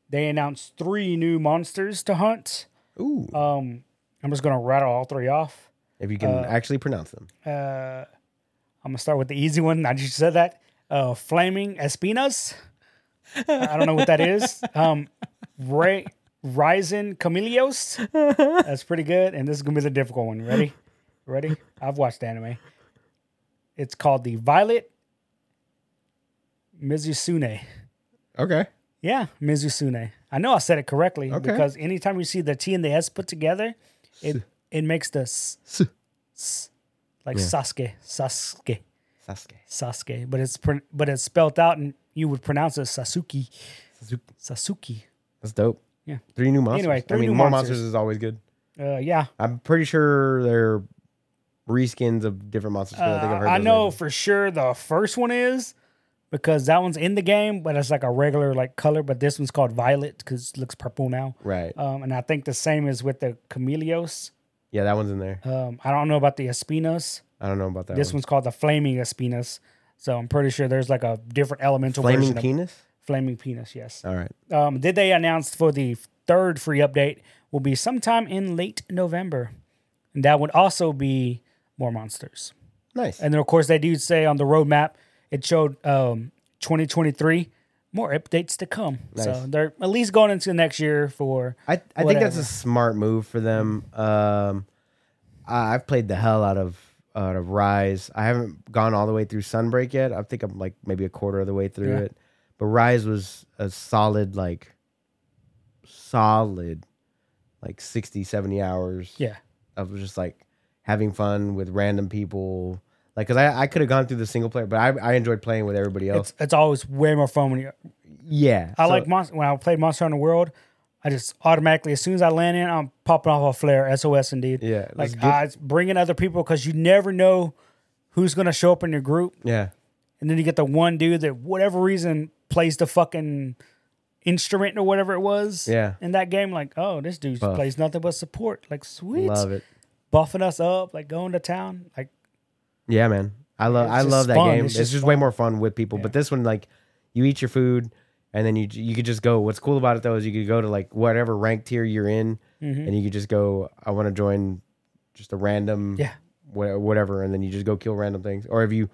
they announced three new monsters to hunt. Ooh, uh, Um, I'm just going to rattle all three off. if you can actually pronounce them. Uh, I'm I'm gonna start with the easy one. Now that you said that, uh, flaming espinas. I don't know what that is. Um, Ray Ryzen Camellios. That's pretty good. And this is gonna be the difficult one. Ready? Ready? I've watched anime. It's called the Violet Mizusune. Okay. Yeah, Mizusune. I know I said it correctly Okay. because anytime you see the T and the S put together, it it makes the s, s like Sasuke, Sasuke, Sasuke. Sasuke. But it's pron- but it's spelled out, and you would pronounce it Sasuke, Sasuke. Sasuke. That's dope. Yeah. Three new monsters. Anyway, three I mean, new more monsters. monsters is always good. Uh, yeah, I'm pretty sure they're reskins of different monsters. 'cause I think I've Uh, heard I those know names. for sure the first one is because that one's in the game, but it's like a regular like color. But this one's called Violet because it looks purple now. Right. Um, and I think the same is with the Camellios. Yeah, that one's in there. Um, I don't know about the Espinas. I don't know about that This one. one's called the Flaming Espinas. So I'm pretty sure there's like a different elemental Flaming version of penis. Flaming Penis. Yes. All right. Um, did they announce for the third free update will be sometime in late November, and that would also be more monsters. Nice. And then, of course, they do say on the roadmap it showed um, 2023 more updates to come. So Nice. they're at least going into next year for I, I think that's Whatever. a smart move for them. Um, I, I've played the hell out of out of Rise. I haven't gone all the way through Sunbreak yet. I think I'm like maybe a quarter of the way through Yeah. it. But Rise was a solid like solid like 60 70 hours yeah. of just like having fun with random people like because i, I could have gone through the single player but i, I enjoyed playing with everybody else It's it's always way more fun when you. yeah I so- like monster when I played Monster Hunter World. I just automatically as soon as I land in, I'm popping off a flare. SOS indeed. Yeah, let's like get- I bringing other people because you never know who's gonna show up in your group. yeah And then you get the one dude that, whatever reason, plays the fucking instrument or whatever it was. Yeah. In that game, like, oh, this dude Buff. plays nothing but support. Like, sweet. love it Buffing us up, like going to town. Like, Yeah, man. I love It's I just love that fun. game. It's It's, just just, way more fun with people. But this one, like, you eat your food and then you you could just go. What's cool about it though is you could go to like whatever rank tier you're in, mm-hmm. and you could just go. I want to join just a random Yeah. wha- whatever, and then you just go kill random things. Or if you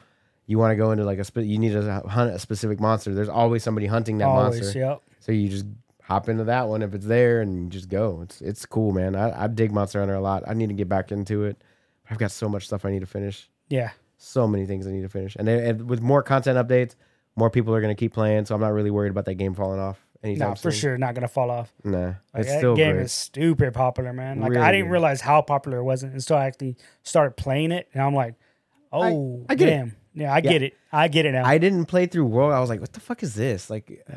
you want to go into like a spe- you need to hunt a specific monster. There's always somebody hunting that always. monster, Yep. so you just hop into that one if it's there and just go. It's it's cool, man. I, I dig Monster Hunter a lot. I need to get back into it. I've got so much stuff I need to finish Yeah. so many things I need to finish. And, they, and with more content updates, more people are going to keep playing. So I'm not really worried about that game falling off anytime Nah, for soon. sure. Not going to fall off. Nah, Like, it's that still game great. is stupid popular, man. Like, I Really didn't good. realize how popular it wasn't until I actually started playing it. And I'm like, oh, I get it. damn. Yeah, I get it. I get it now. I didn't play through World. I was like, what the fuck is this? Like, uh,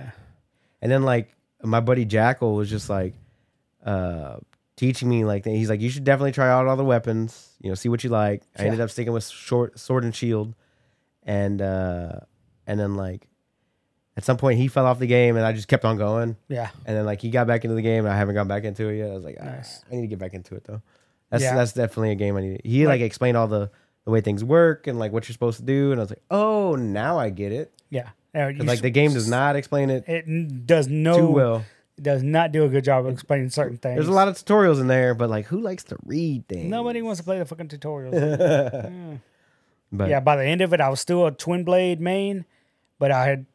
and then like my buddy Jackal was just like uh, teaching me like he's like, you should definitely try out all the weapons. You know, see what you like. I ended up sticking with short sword and shield, and uh, and then like at some point he fell off the game, and I just kept on going. yeah. And then like he got back into the game, and I haven't gone back into it yet. I was like, ah, Nice. I need to get back into it though. That's Yeah. that's definitely a game I need. He like explained all the the way things work and like what you're supposed to do, and I was like, oh, now I get it. Yeah. Yeah, you 'Cause, like s- the game does not explain it It n- does no too well. It does not do a good job of explaining certain things. There's a lot of tutorials in there, but like who likes to read things? Nobody wants to play the fucking tutorials. But yeah, by the end of it, I was still a twin blade main, but I had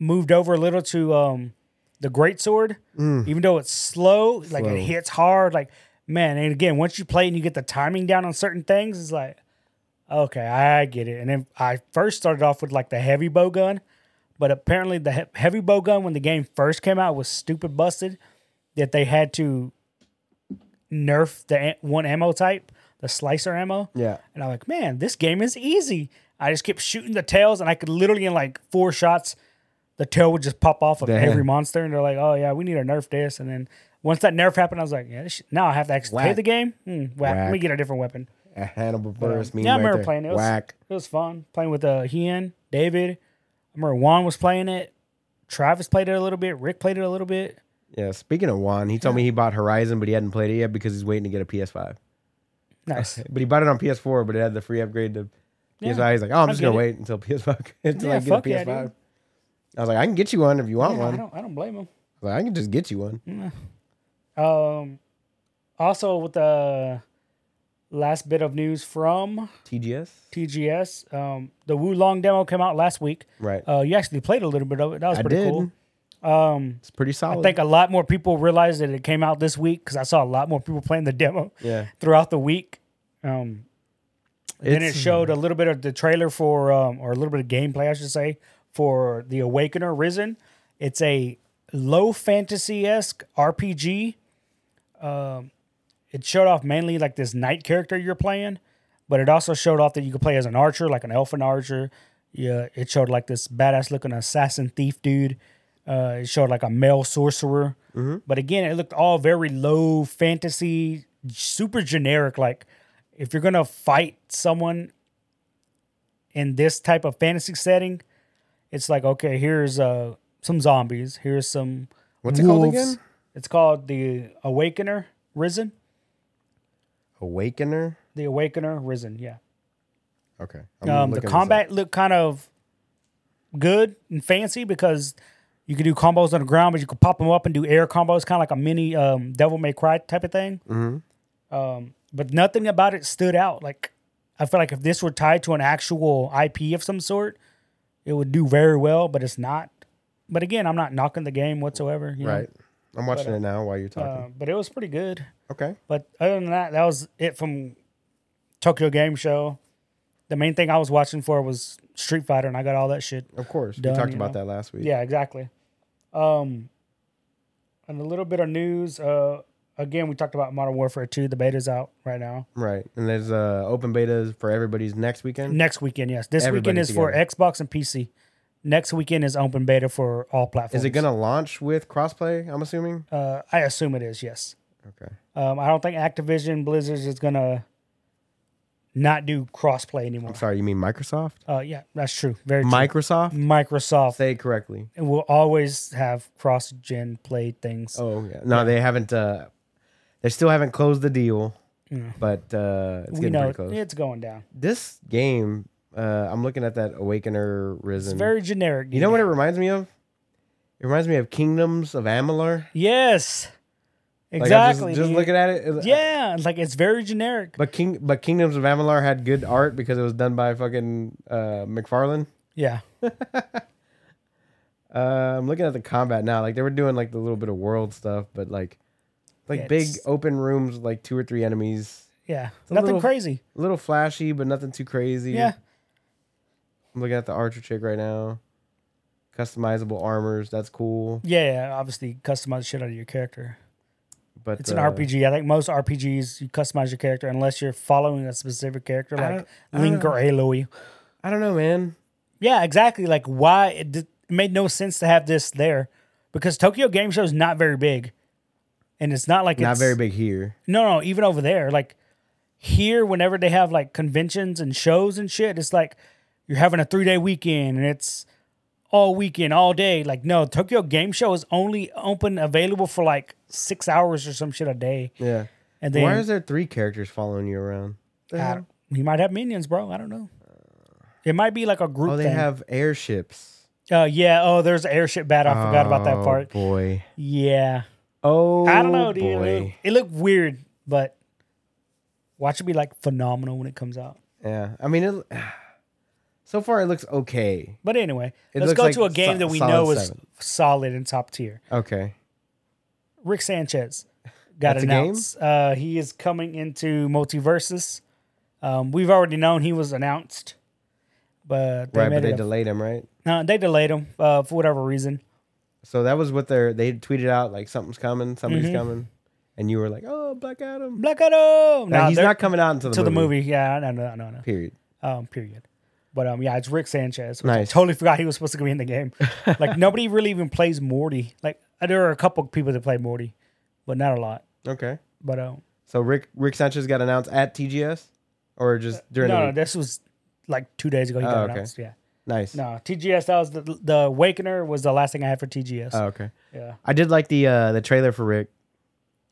moved over a little to um, the great sword. Even though it's slow, like Mm. Slow. it hits hard. Like man, and again, once you play and you get the timing down on certain things, it's like okay, I get it. And then I first started off with like the heavy bow gun, but apparently the he- heavy bow gun when the game first came out was stupid busted that they had to nerf the a- one ammo type, the slicer ammo. yeah, And I'm like, man, this game is easy. I just kept shooting the tails, and I could literally in like four shots, the tail would just pop off of Damn. every monster. And they're like, oh yeah, we need to nerf this. And then once that nerf happened, I was like, yeah, this shit, now I have to actually play Whack. the game. Hmm, whack. Let me Whack. get a different weapon. a Hannibal Buress meme um, yeah, I right remember there. playing it. It was- Whack. It was fun playing with uh, Hien, David. I remember Juan was playing it. Travis played it a little bit. Rick played it a little bit. Yeah. Speaking of Juan, he told me he bought Horizon, but he hadn't played it yet because he's waiting to get a PS5. Nice. But he bought it on PS4, but it had the free upgrade to PS5. He's like, oh, I'm just get gonna it. wait until PS5 until Yeah, I fuck get a yeah, PS5. I was like, I can get you one if you want Yeah, one. I, I was don't. Mm. I don't blame him. like, I can just get you one. Um, also with the Last bit of news from TGS. TGS. Um, the Wulong demo came out last week. Right. Uh, you actually played a little bit of it. That was I pretty did. cool. Um, It's pretty I solid. think a lot more people realized that it came out this week because I saw a lot more people playing the demo yeah. throughout the week. Um, then it It's- uh, showed a little bit of the trailer for, um, or a little bit of gameplay, I should say, for The Awakener Risen. It's a low fantasy esque RPG. Um, it showed off mainly like this knight character you're playing, but it also showed off that you could play as an archer, like an elfin archer. Yeah, it showed like this badass looking assassin thief dude. Uh, it showed like a male sorcerer. Mm-hmm. But again, it looked all very low fantasy, super generic. Like if you're gonna fight someone in this type of fantasy setting, it's like okay, here's uh some zombies, here's some What's it called wolves. again? It's called the Awakener Risen. Awakener. The Awakener Risen, yeah. Okay. Um, the looking this up. combat looked kind of good and fancy because you could do combos on the ground, but you could pop them up and do air combos, kind of like a mini um, Devil May Cry type of thing. Um, but nothing about it stood out. Like I feel like if this were tied to an actual IP of some sort, it would do very well. But it's not. But again, I'm not knocking the game whatsoever. You know? Right. I'm watching it now while you're Uh, talking. but it was pretty good. okay. But other than that, that was it from Tokyo Game Show. The main thing I was watching for was Street Fighter, and I got all that shit. Of course. done, we talked you about know. that last week. Yeah, exactly. Um, and a little bit of news. Uh, again, we talked about Modern Warfare 2. The beta's out right now. Right. And there's uh open betas for everybody's next weekend. Next weekend, yes. This weekend Everybody is for together. Xbox and PC. Next weekend is open beta for all platforms. Is it gonna launch with crossplay? I'm assuming. Uh, I assume it is. Yes. Okay. Um, I don't think Activision Blizzard is gonna not do crossplay anymore. I'm sorry. You mean Microsoft? Uh, yeah, that's true. Very true. Microsoft. Microsoft Say it correcly. will always have cross-gen play things. Oh yeah. No, they haven't. uh They still haven't closed the deal. But uh it's we getting know pretty close. it's going down. this game, uh, I'm looking at that Awakener Risen. It's very generic. you know what it reminds me of? It reminds me of Kingdoms of Amalur. Yes, Like, I'm just- exactly. Just, dude. looking at it. it- yeah, it's like it's very generic. But King, but Kingdoms of Amalur had good art because it was done by fucking uh, McFarlane. Yeah, Uh, I'm looking at the combat now. Like they were doing like the little bit of world stuff, but like like Yeah, big it's- open rooms, with, like two or three enemies. yeah, a nothing little- crazy. A little flashy, but nothing too crazy. Yeah, I'm looking at the archer chick right now. Customizable armors, that's cool. yeah, yeah. Obviously, customize the shit out of your character. But It's an uh, RPG. I think most RPGs you customize your character unless you're following a specific character I like don't- I Link don't- or Aloy. uh, I don't know, man. Yeah, exactly. Like why it, did, it made no sense to have this there because Tokyo Game Show is not very big, and it's not like Not it's, very big here. No, no, even over there, like here, whenever they have like conventions and shows and shit, it's like you're having a three day weekend and it's all weekend, all day. Like no, Tokyo Game Show is only open available for like six hours or some shit a day, Yeah. and then Why is there three characters following you around? I don't- he might have minions, bro. I don't know. It might be like a group. Oh, they thing. have airships. Uh, yeah. Oh, there's an airship battle. I forgot about that Oh, part. Boy. Yeah. Oh, I don't know, dude. It Boy. looked, it looked weird, but watch it be like phenomenal when it comes out. Yeah. I mean, it, so far it looks okay. But anyway, It let's looks go like to a game so- that we solid know is seven. solid and top tier. Okay. Rick Sanchez got That's a game? announced. Uh, he is coming into Multiversus. Um, we've already known he was announced, but they right, made but they it. a- delayed him, right? no, they delayed him uh, for whatever reason. So that was what their they tweeted out like something's coming, somebody's Mm-hmm. coming, and you were like, "Oh, Black Adam." Black Adam. No, Nah, he's they're- not coming out until the to the movie. movie. Yeah, no, no, no, no. Period. um, period. But um, yeah, it's Rick Sanchez. Which I Nice. totally forgot he was supposed to be in the game. like nobody really even plays Morty. Like there are a couple people that play Morty, but not a lot. Okay. But um, So Rick Rick Sanchez got announced at TGS, or just during no, the Uh, no, week? this was like two days ago. He Oh, got okay. announced. Yeah, nice. no TGS. That was the the Awakener was the last thing I had for TGS. Oh, okay. yeah, I did like the uh, the trailer for Rick.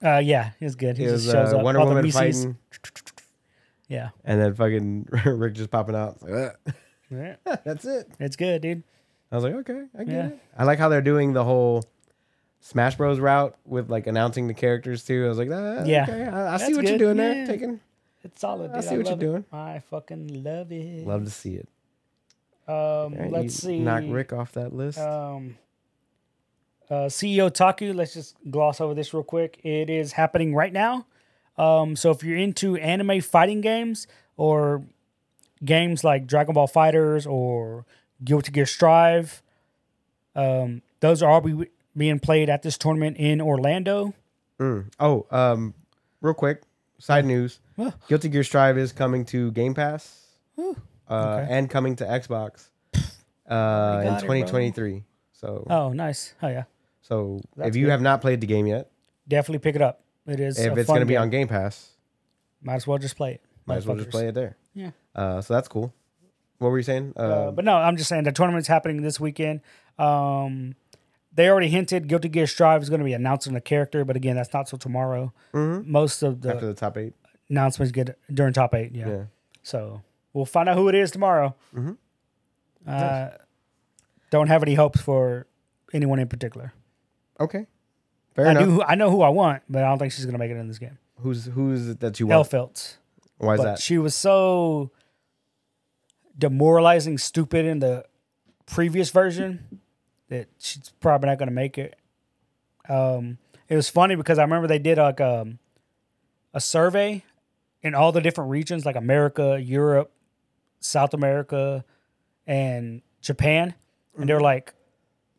uh, yeah, he's good. He It just was shows uh, up. Wonder All the Woman Mises. fighting, Yeah, and then fucking Rick just popping out. It's like, Yeah. "Ugh." That's it. it's good, dude. I was like, okay, I get Yeah. it. I like how they're doing the whole Smash Bros route with like announcing the characters too. I was like, ah, Yeah. okay, I, I see That's what good. you're doing Yeah. there, taking It's solid. I dude. see what love you're doing. it. I fucking love it. Love to see it. um, Alright, let's you see. Knock Rick off that list. Um, uh, CEO Taku. Let's just gloss over this real quick. It is happening right now. Um, so if you're into anime fighting games or games like Dragon Ball Fighters or Guilty Gear Strive, um, those are all be, being played at this tournament in Orlando. Mm. Oh, um, real quick, side news: Well. Guilty Gear Strive is coming to Game Pass, Whew. uh, Okay. and coming to Xbox uh, Already in got it, bro. 2023. so, Oh, nice. Oh yeah, so if That's you good. have not played the game yet, definitely pick it up. It is. if a it's fun going to be game. on Game Pass, might as well just play it. might as well just motherfuckers. play it there. Yeah. Uh, so that's cool. What were you saying? Uh, Uh, but no, I'm just saying the tournament's happening this weekend. Um, they already hinted Guilty Gear Strive is going to be announcing a character, but again, that's not till tomorrow. Most of the Mm-hmm. after the top eight. announcements get during top eight. Yeah. Yeah. Mm-hmm. So we'll find out who it is tomorrow. Uh, Don't have any hopes for anyone in particular. Okay. Fair I enough. do. Who, I know who I want, but I don't think she's going to make it in this game. Who's who's it that you Elle want? Phelps. Why is but that? she was so demoralizing, stupid in the previous version that she's probably not going to make it. Um, it was funny because I remember they did like um, a survey in all the different regions, like America, Europe, South America, and Japan, and Mm-hmm. they're like,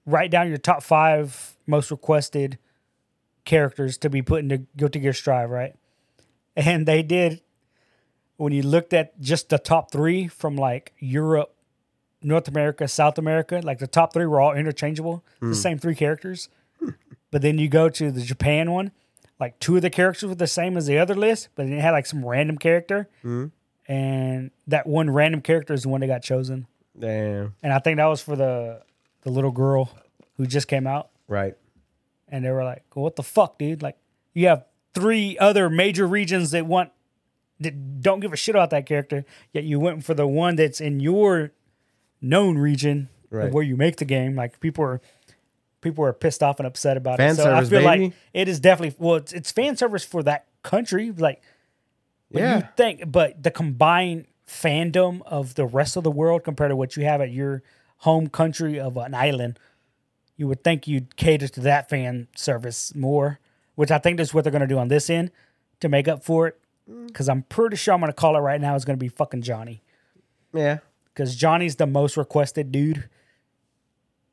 write down your top five most requested characters to be put into Guilty Gear Strive, right? And they did when you looked at just the top three from like Europe, North America, South America, like the top three were all interchangeable, the same three characters. but then you go to the Japan one, like two of the characters were the same as the other list, but then it had like some random character. And that one random character is the one that got chosen. Damn. And I think that was for the the little girl who just came out. Right. And they were like, what the fuck, dude? Like, you have three other major regions that want that don't give a shit about that character, yet you went for the one that's in your known region of Right. where you make the game. Like people are people are pissed off and upset about Fan it. So service, I feel like baby. it is definitely well, it's, it's fan service for that country. Like but Yeah. you think but the combined fandom of the rest of the world compared to what you have at your home country of an island, you would think you'd cater to that fan service more, which I think that's what they're gonna do on this end to make up for it. Mm. Because I'm pretty sure I'm gonna call it right now. It's gonna be fucking Johnny. yeah. Because Johnny's the most requested dude.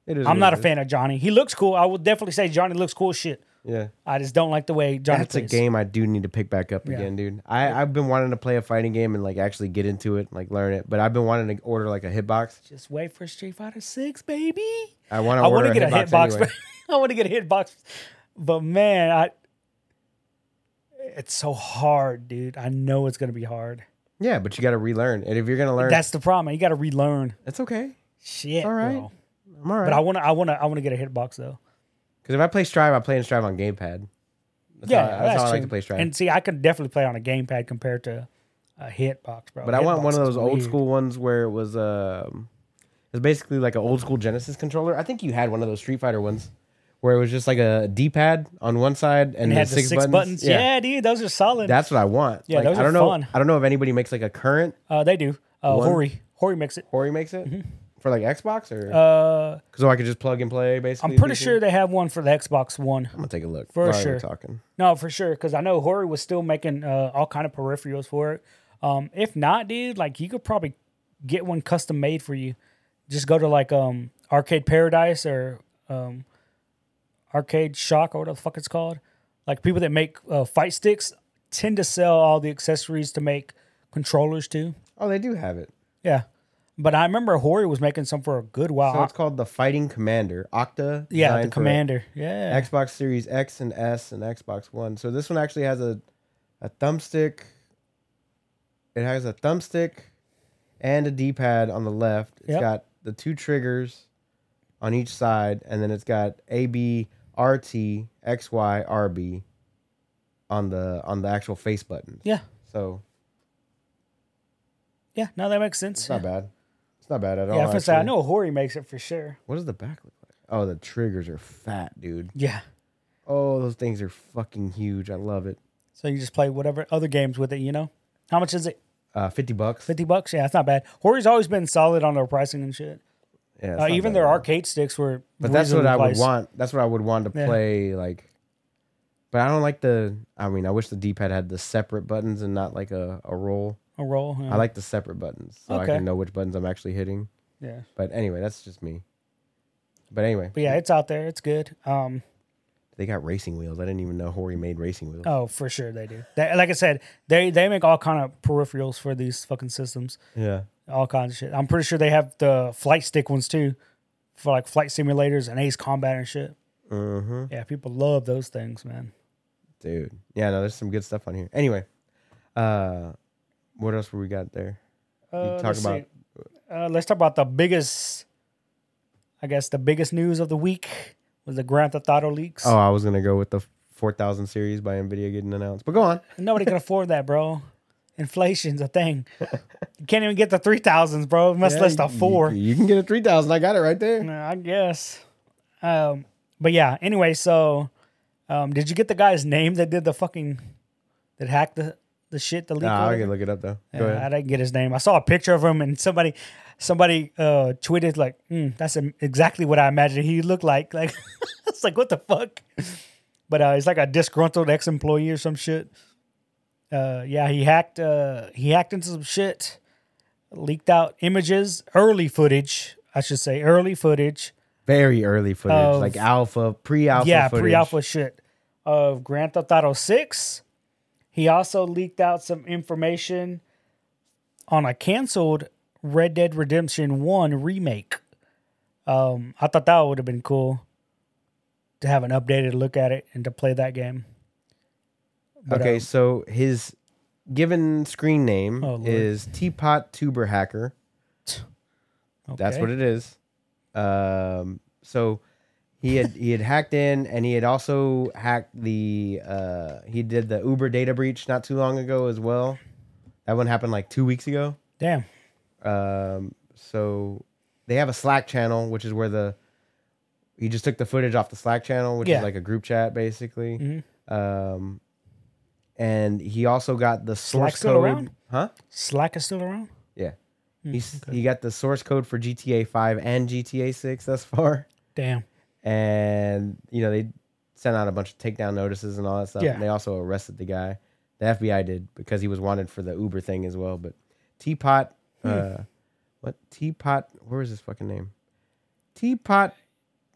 It is. what I'm not it a fan of Johnny. He looks cool. I will definitely say Johnny looks cool as shit. is. Yeah. I just don't like the way Johnny That's plays. a game I do need to pick back up Yeah. again, dude. I, I've been wanting to play a fighting game and like actually get into it, like learn it. But I've been wanting to order like a hitbox. Just wait for Street Fighter Six, baby. I want to I order want to get a hitbox. hitbox. anyway. I want to get a hitbox. But man, I it's so hard, dude. I know it's gonna be hard. Yeah, but you got to relearn. And if you're gonna learn, that's That's the problem. You got to relearn it's okay. shit. All right. bro. I'm all right. But I want to. I want to. I want to get a hitbox though. Because if I play Strive, I play in Strive on gamepad. That's yeah, how, that's, how I like true. to play Strive. And see, I can definitely play on a gamepad compared to a hitbox, bro. but I want Hitbox one of is those old weird. school ones where it was um, it's basically like an old school Genesis controller. I think you had one of those Street Fighter ones where it was just like a D pad on one side and, It then had the six, buttons. Yeah. dude, those are solid. That's what I want. Yeah, Like, those I are don't know. fun. I don't know if anybody makes like a current uh, they do. Uh, One. Hori, Hori makes it. Hori makes it for like Xbox or Mm-hmm. Uh, so I could just plug and play basically. I'm pretty PC. sure they have one for the Xbox One. I'm gonna take a look. For while we're sure. Talking. No, for sure, because I know Hori was still making uh, all kind of peripherals for it. Um, if not, dude, like you could probably get one custom made for you. Just go to like um, Arcade Paradise or um, Arcade Shock or whatever the fuck it's called. Like people that make uh, fight sticks tend to sell all the accessories to make controllers too. Oh, they do have it. Yeah, but I remember Hori was making some for a good while. So it's called the Fighting Commander Octa. Uh, yeah, the designed for commander. Yeah, Xbox Series X and S and Xbox One. So this one actually has a a thumbstick. It has a thumbstick and a D pad on the left. It's Yep. got the two triggers on each side, and then it's got A B R T X Y R B on the on the actual face button. yeah, So yeah. No, that makes sense. it's not bad. It's not bad at all. Yeah, I, was gonna say, I actually. know Hori makes it for sure. What does the back look like? Oh, the triggers are fat, dude. Yeah. Oh, those things are fucking huge. I love it. So you just play whatever other games with it, you know? How much is it? Uh, fifty bucks. Fifty bucks? Yeah, it's not bad. Hori's always been solid on their pricing and shit. Yeah, it's Uh, not even bad. their arcade sticks were. But that's what I would reasonably priced. want. That's what I would want to Yeah. play. Like, but I don't like the. I mean, I wish the D pad had the separate buttons and not like a a roll. A roll. Yeah. I like the separate buttons so I Oh. Okay. can know which buttons I'm actually hitting. yeah. But anyway, that's just me. But anyway, But yeah, it's out there. It's good. Um, they got racing wheels. I didn't even know Hori made racing wheels. Oh, for sure they do. They, like I said, they they make all kind of peripherals for these fucking systems, Yeah. all kinds of shit. I'm pretty sure they have the flight stick ones too, for like flight simulators and Ace Combat and shit. Mm-hmm. Yeah, people love those things, man. Dude. Yeah. No, there's some good stuff on here. Anyway, uh, what else were we got there? Uh, talk let's see. about- Uh, let's talk about the biggest, I guess, the biggest news of the week was the Grand Theft Auto leaks. Oh, I was gonna go with the 4000 series by Nvidia getting announced, but go on. Nobody can afford that, bro. Inflation's a thing. you can't even get the three thousands, bro. Much less the you- four. You, can get a 3000. I got it right there. Yeah, I guess. Um, but yeah. Anyway, so um, did you get the guy's name that did the fucking that hacked the the shit? The leak. Nah, I order? can look it up though. Go Yeah, I ahead. didn't get his name. I saw a picture of him, and somebody somebody uh, tweeted like, mm, "That's im- exactly what I imagined he looked like." Like, it's like what the fuck. But uh, he's like a disgruntled ex-employee or some shit. Uh, yeah, he hacked. Uh, he hacked into some shit, leaked out images, early footage, I should say, early footage Very early footage, Of- like alpha, pre-alpha. Oh. yeah, footage. pre-alpha shit of Grand Theft Auto Six. He also leaked out some information on a canceled Red Dead Redemption One remake. Um, I thought that would have been cool to have an updated look at it and to play that game. But, okay, um, so his given screen name Oh, Lord. is Teapot Tuber Hacker. That's okay. what it is. Um, so he had he had hacked in, and he had also hacked the uh, he did the Uber data breach not too long ago as well. That one happened like two weeks ago. Damn. Um, so they have a Slack channel, which is where the he just took the footage off the Slack channel, which Yeah. Mm-hmm. is like a group chat basically. Um, and he also got the source Slack's still code, around? Mm, huh? Slack is still around. Hmm. Yeah. He's, He got the source code for GTA 5 and GTA 6 thus far. Damn. And, you know, they sent out a bunch of takedown notices and all that stuff. Yeah. And they also arrested the guy. The FBI did because he was wanted for the Uber thing as well. But Teapot, uh, what? Teapot, where is his fucking name? Teapot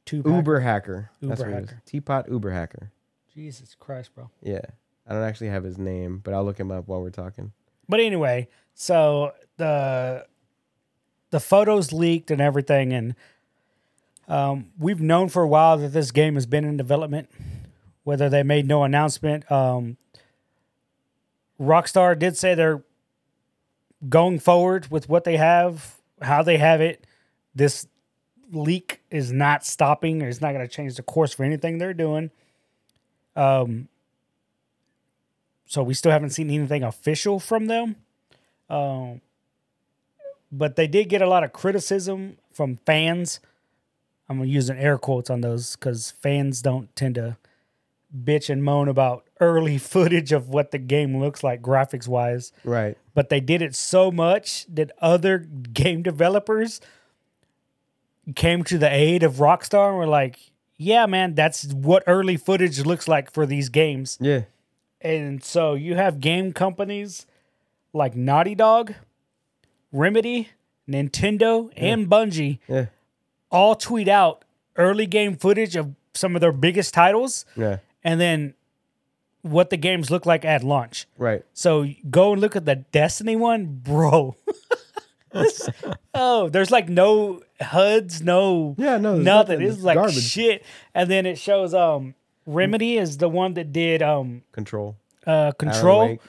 Two pack. Uber Hacker. That's Uber what it is. hacker. Teapot Uber Hacker. Jesus Christ, bro. Yeah. I don't actually have his name, but I'll look him up while we're talking. But anyway, so the the photos leaked and everything, and um, we've known for a while that this game has been in development. Whether they made no announcement, um, Rockstar did say they're going forward with what they have, how they have it. This leak is not stopping; it's not going to change the course for anything they're doing. Um, so we still haven't seen anything official from them. Um, but they did get a lot of criticism from fans. I'm using air quotes on those because fans don't tend to bitch and moan about early footage of what the game looks like graphics wise Right. but they did it so much that other game developers came to the aid of Rockstar and were like, yeah, man, that's what early footage looks like for these games. Yeah. And so you have game companies like Naughty Dog, Remedy, Nintendo, and Bungie Yeah. all tweet out early game footage of some of their biggest titles Yeah. and then what the games look like at launch. Right. So go and look at the Destiny one, bro. This- oh, there's like no HUDs, no Yeah, no, there's nothing. nothing. It's It's like garbage. shit. And then it shows um Remedy is the one that did um Control. uh Alan Control. Wake.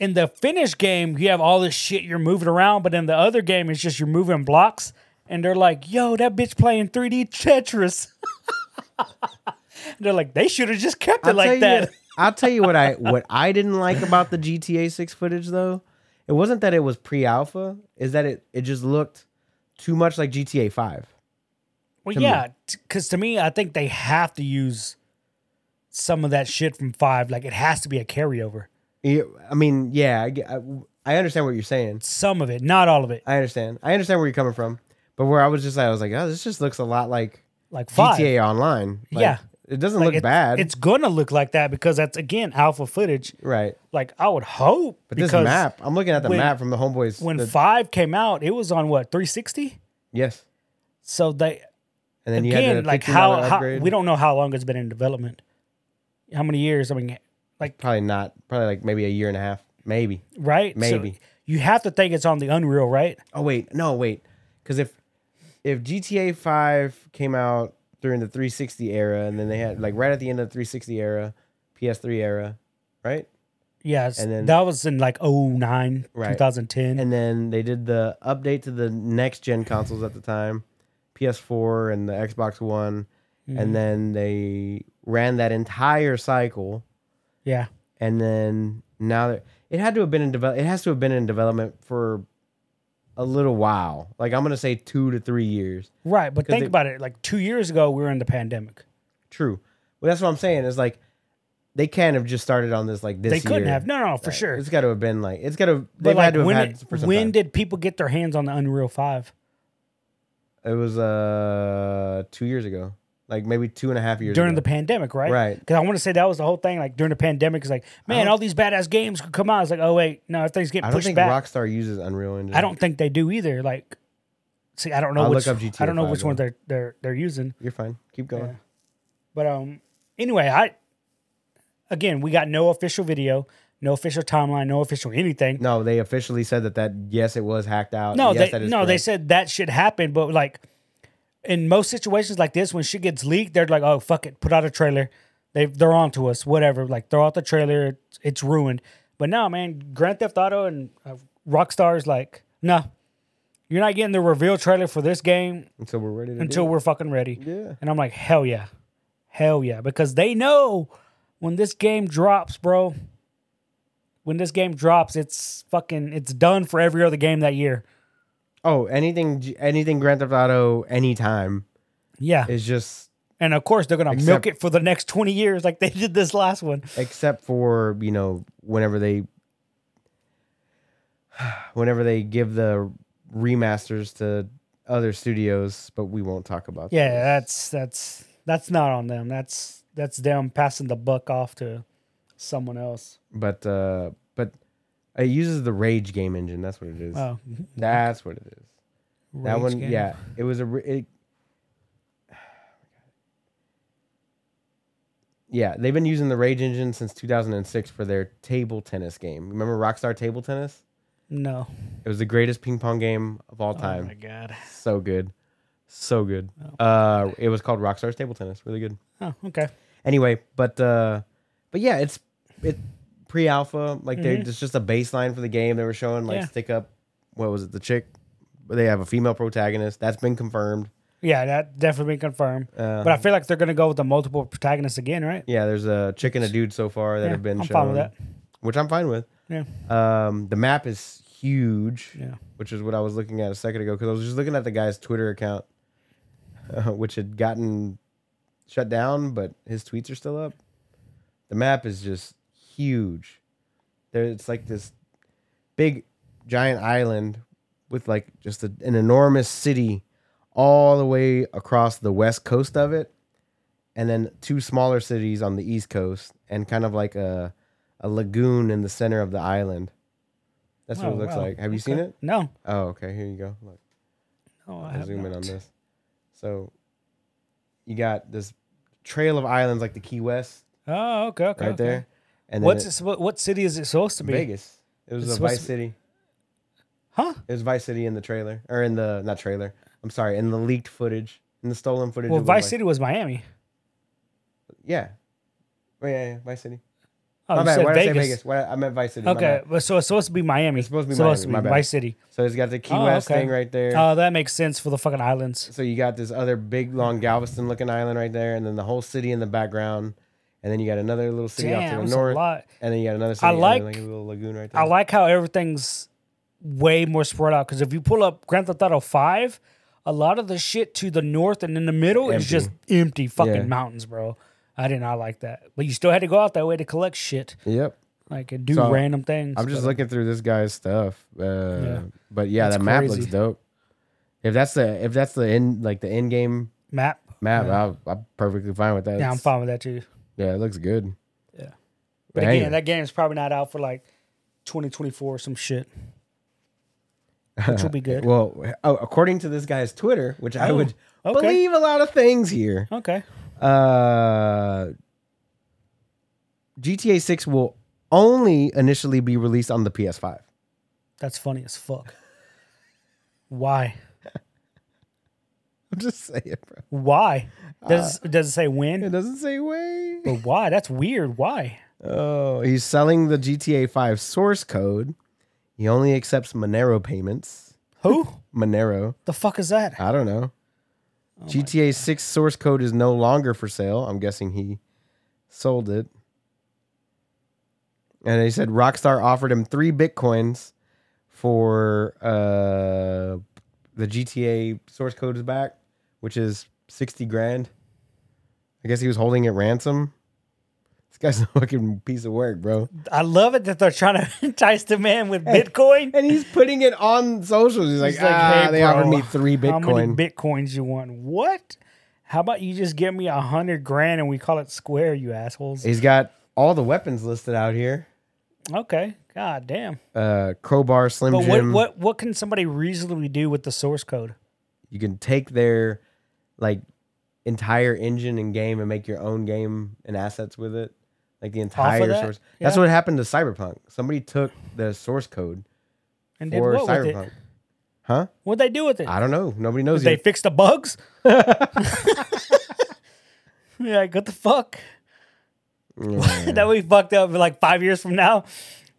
In the finished game, you have all this shit you're moving around, but in the other game, it's just you're moving blocks. And they're like, "Yo, that bitch playing 3D Tetris." they're like, "They should have just kept it tell like you- that." I'll tell you what I what I didn't like about the GTA six footage though. It wasn't that it was pre alpha, is that it, it just looked too much like GTA five. Well, to me. yeah, because to me, I think they have to use some of that shit from five. Like it has to be a carryover. You- I mean, yeah, I, get- I, I understand what you're saying. Some of it, not all of it. I understand. I understand where you're coming from. But where I was just, I was like, oh, this just looks a lot like Like five. GTA Online. Like, Yeah. it doesn't Like, look it's- bad. It's gonna look like that because that's again alpha footage. right. Like I would hope. But this because map, I'm looking at the when- map from the homeboys. when the- five came out, it was on what 360. yes, So they and then you had again the like $15 how, how upgrade. we don't know how long it's been in development. How many years? I mean, like probably not probably like maybe a year and a half, maybe. right? So Maybe. you have to think it's on the Unreal, right? Oh wait, no wait, because if if GTA Five came out during the 360 era, and then they had like right at the end of the 360 era, PS3 era, right? Yeah, it's- And then- that was in like 09, Right. 2010. And then they did the update to the next gen consoles at the time, PS4 and the Xbox One, and then they ran that entire cycle. yeah, and then now that it had to have been in develop, it has to have been in development for a little while. Like I'm gonna say two to three years. right. But think they- about it. Like two years ago, we were in the pandemic. True, but that's what I'm saying. Is like they can't have just started on this like this. They couldn't year. have. No, no, no, for Right. sure. It's got to have been like it's got to. They've But like had to have when, had it- for some when time. did people get their hands on the Unreal Five? it was uh two years ago, like maybe two and a half years during ago. the pandemic, right? Right. Because I want to say that was the whole thing. Like during the pandemic, it's like, man, all these badass games could come out. It's like, oh wait, no, if things get I don't pushed think back, Rockstar uses Unreal Engine. I don't think they do either. Like, see, I don't know I'll which look up GTA I don't know 5 which one though. they're they're they're using. You're fine. Keep going. Yeah. But um, anyway, I again we got no official video, no official timeline, no official anything. No, they officially said that that yes, it was hacked out. No, yes, they, that is no, they correct. said that should happen, but like in most situations like this, when shit gets leaked, they're like, "Oh fuck it, put out a trailer." They they're on to us, whatever. Like throw out the trailer, it's, it's ruined. But no, man, Grand Theft Auto and uh, Rockstar is like, no, you're not getting the reveal trailer for this game until we're ready to do until we're fucking ready. Yeah. And I'm like, hell yeah, hell yeah, because they know when this game drops, bro. When this game drops, it's fucking it's done for every other game that year. Oh, anything, G- anything Grand Theft Auto, anytime Yeah. is just And of course, they're going to milk Except- it for the next 20 years like they did this last one. except for you know whenever they, whenever they give the remasters to other studios, but we won't talk about. Yeah, those. that's that's that's not on them. That's that's them passing the buck off to someone else. but uh, but it uses the Rage game engine. That's what it is. Oh, That's what it is. that Rage one, game. yeah, it was a. re- It, yeah, they've been using the Rage engine since 2006 for their table tennis game. Remember Rockstar Table Tennis? No. It was the greatest ping pong game of all Oh time. my god. so good, so good. uh, it was called Rockstar's Table Tennis. Really good. Oh, okay. Anyway, but uh, but yeah, it's it pre-alpha. Like they it's just a baseline for the game. They were showing like Mm-hmm. Yeah. stick up. What was it? The chick. They have a female protagonist. That's been confirmed. Yeah, that definitely been confirmed. Uh, but I feel like they're going to go with the multiple protagonists again, right? Yeah, there's a chick and a dude so far that Yeah, have been I'm shown, fine with that. which I'm fine with. Yeah. Um, the map is huge, Yeah. which is what I was looking at a second ago because I was just looking at the guy's Twitter account, uh, which had gotten shut down, but his tweets are still up. The map is just huge. There, it's like this big, giant island with like just a, an enormous city all the way across the west coast of it and then two smaller cities on the east coast and kind of like a a lagoon in the center of the island. That's what Oh, it looks wow. like. Have you seen Okay. it? No. Oh, okay. Here you go. Look, Oh, I I'll have zoom in not. on this. So you got this trail of islands like the Key West Oh, okay, okay. right okay. there. And then What's it- it, what, what city is it supposed to be? Vegas. It was It's a supposed Vice to be- City. Huh? It was Vice City in the trailer or in the not trailer. I'm sorry, in the leaked footage, in the stolen footage. Well, it was Vice like- City was Miami. Yeah. Oh, yeah, yeah, Vice City. Oh, My you bad. said Why did I say Vegas. Vegas? Why, I meant Vice City. my Okay, bad. but so it's supposed to be Miami. It's supposed to be Miami, my bad. Vice City. So it's got the Key Oh, West okay. thing right there. Oh, that makes sense for the fucking islands. so you got this other big, long Galveston looking island right there, and then the whole city in the background, and then you got another little city off Damn, to it's the a north, lot. and then you got another city, I and then, like- a little lagoon right there. I like how everything's way more spread out because if you pull up Grand Theft Auto Five, a lot of the shit to the north and in the middle is Empty. just empty fucking Yeah. mountains, bro. I did not like that, but you still had to go out that way to collect shit. yep. Like and do So, random things. I'm just but- looking through this guy's stuff. Uh, Yeah. But yeah, That's that map crazy. looks dope. If that's the if that's the end like the end game map. map, Yeah. I'll, I'm perfectly fine with that. Yeah, I'm It's- fine with that too. Yeah, it looks good. Yeah. But Dang. again, that game's probably not out for like 2024 or some shit. Which will be good. Well, oh, according to this guy's Twitter, which I Oh, would okay. believe a lot of things here. Okay. Uh, GTA 6 will only initially be released on the PS5. That's funny as fuck. Why? I'm just saying, bro. Why? Does does it say when? Uh, It doesn't say way. But why? That's weird. Why? Oh, he's selling the GTA 5 source code. He only accepts Monero payments. Who? Monero. the fuck is that? I don't know. GTA 6 source code is no longer for sale. I'm guessing he sold it. And they said Rockstar offered him three bitcoins for uh, the GTA source code is back, which is 60 grand. I guess he was holding it ransom. This guy's a fucking piece of work, bro. I love it that they're trying to entice the man with Bitcoin. And he's putting it on socials. He's like, He's like, ah, "Hey, they bro, offered me three How many bitcoin. bitcoins you want? What? How about you just give me a hundred grand and we call it square, you assholes? he's got all the weapons listed out here. Okay. God damn. uh, crowbar, slim But what, jim. what what can somebody reasonably do with the source code? You can take their like entire engine and game and make your own game and assets with it. Like the entire that? source. That's Yeah. what happened to Cyberpunk. Somebody took the source code And did for what with Cyberpunk. it? Huh? What'd they do with it? I don't know. Nobody knows Did they yet. fix the bugs? yeah, like, what the fuck? Yeah. that we fucked up but, like five years from now.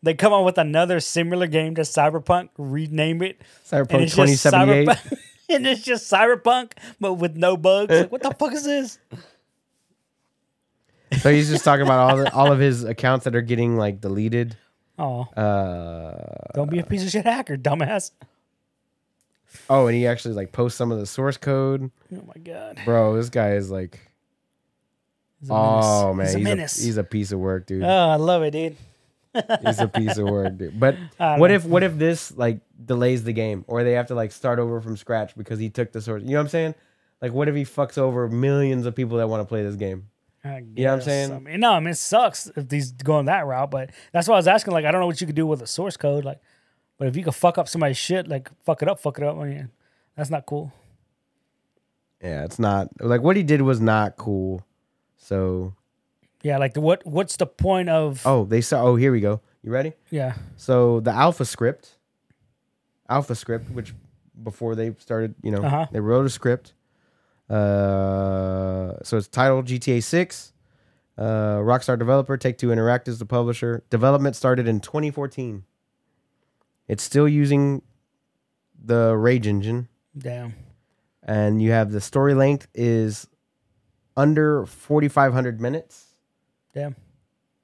They come out with another similar game to Cyberpunk, rename it. and Cyberpunk it's just twenty seventy eight. Cyberpunk- and it's just Cyberpunk, but with no bugs. Like, what the fuck is this? So he's just talking about all the, all of his accounts that are getting like deleted. Oh, Uh, don't be a piece of shit hacker, dumbass. oh, and he actually like posts some of the source code. Oh my god. Bro, this guy is like, He's a oh man, he's menace. He's a a, menace. he's a piece of work, dude. oh, I love it, dude. It's a piece of work, dude. But I what know. if what if this like delays the game or they have to like start over from scratch because he took the source? You know what I'm saying? Like what if he fucks over millions of people that want to play this game? I know what I'm guess. saying? I mean, no, I mean, it sucks if these going that route, but that's why I was asking. Like, I don't know what you could do with a source code. Like, but if you could fuck up somebody's shit, like, fuck it up, fuck it up. I mean, that's not cool. Yeah, it's not like what he did was not cool. So Yeah, like, the, what what's the point of. oh they saw oh here we go. You ready? Yeah. So the alpha script, alpha script, which before they started, you know, Uh-huh. they wrote a script. Uh, so it's titled GTA Six. Uh, Rockstar developer Take Two Interactive is the publisher. Development started in 2014. It's still using the Rage engine, Damn. and you have the story length is under 4,500 minutes. Damn.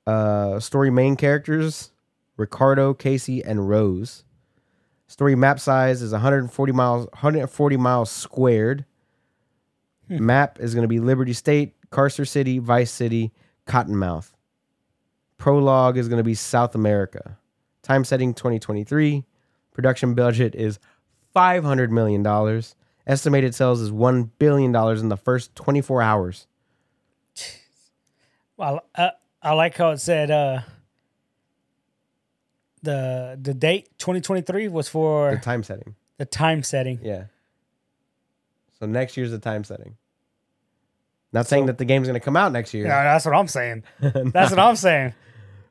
Uh, story main characters Ricardo, Casey, and Rose. Story map size is 140 miles 140 miles squared. Map is going to be Liberty State, Carcer City, Vice City, Cottonmouth. Prologue is going to be South America. Time setting 2023. Production budget is 500 million dollars. Estimated sales is 1 billion dollars in the first 24 hours. Well, I, uh, I like how it said uh, the the date 2023 was The for time setting. the time setting. Yeah. So next year's the time setting. Not saying that the game's gonna come out next year. No, that's what I'm saying. That's what I'm saying.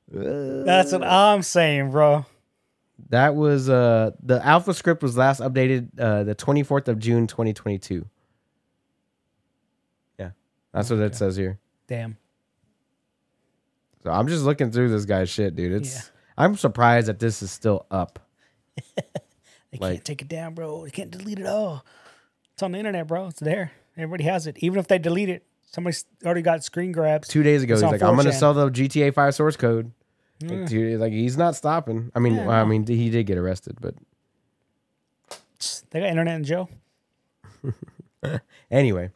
That's what I'm saying, bro. That was uh the alpha script was last updated uh the twenty fourth of June twenty twenty two. Yeah. That's what it says here. Damn. So I'm just looking through this guy's shit, dude. It's Yeah. I'm surprised that this is still up. They Like- can't take it down, bro. They can't delete it all. It's on the internet, bro. It's there. Everybody has it. Even if they delete it, somebody's already got screen grabs. Two days ago, It's he's on like, I'm gonna 4chan. sell the GTA five source code. Like, dude, like he's not stopping. I mean well, I mean he did get arrested, but They got internet in jail. Anyway,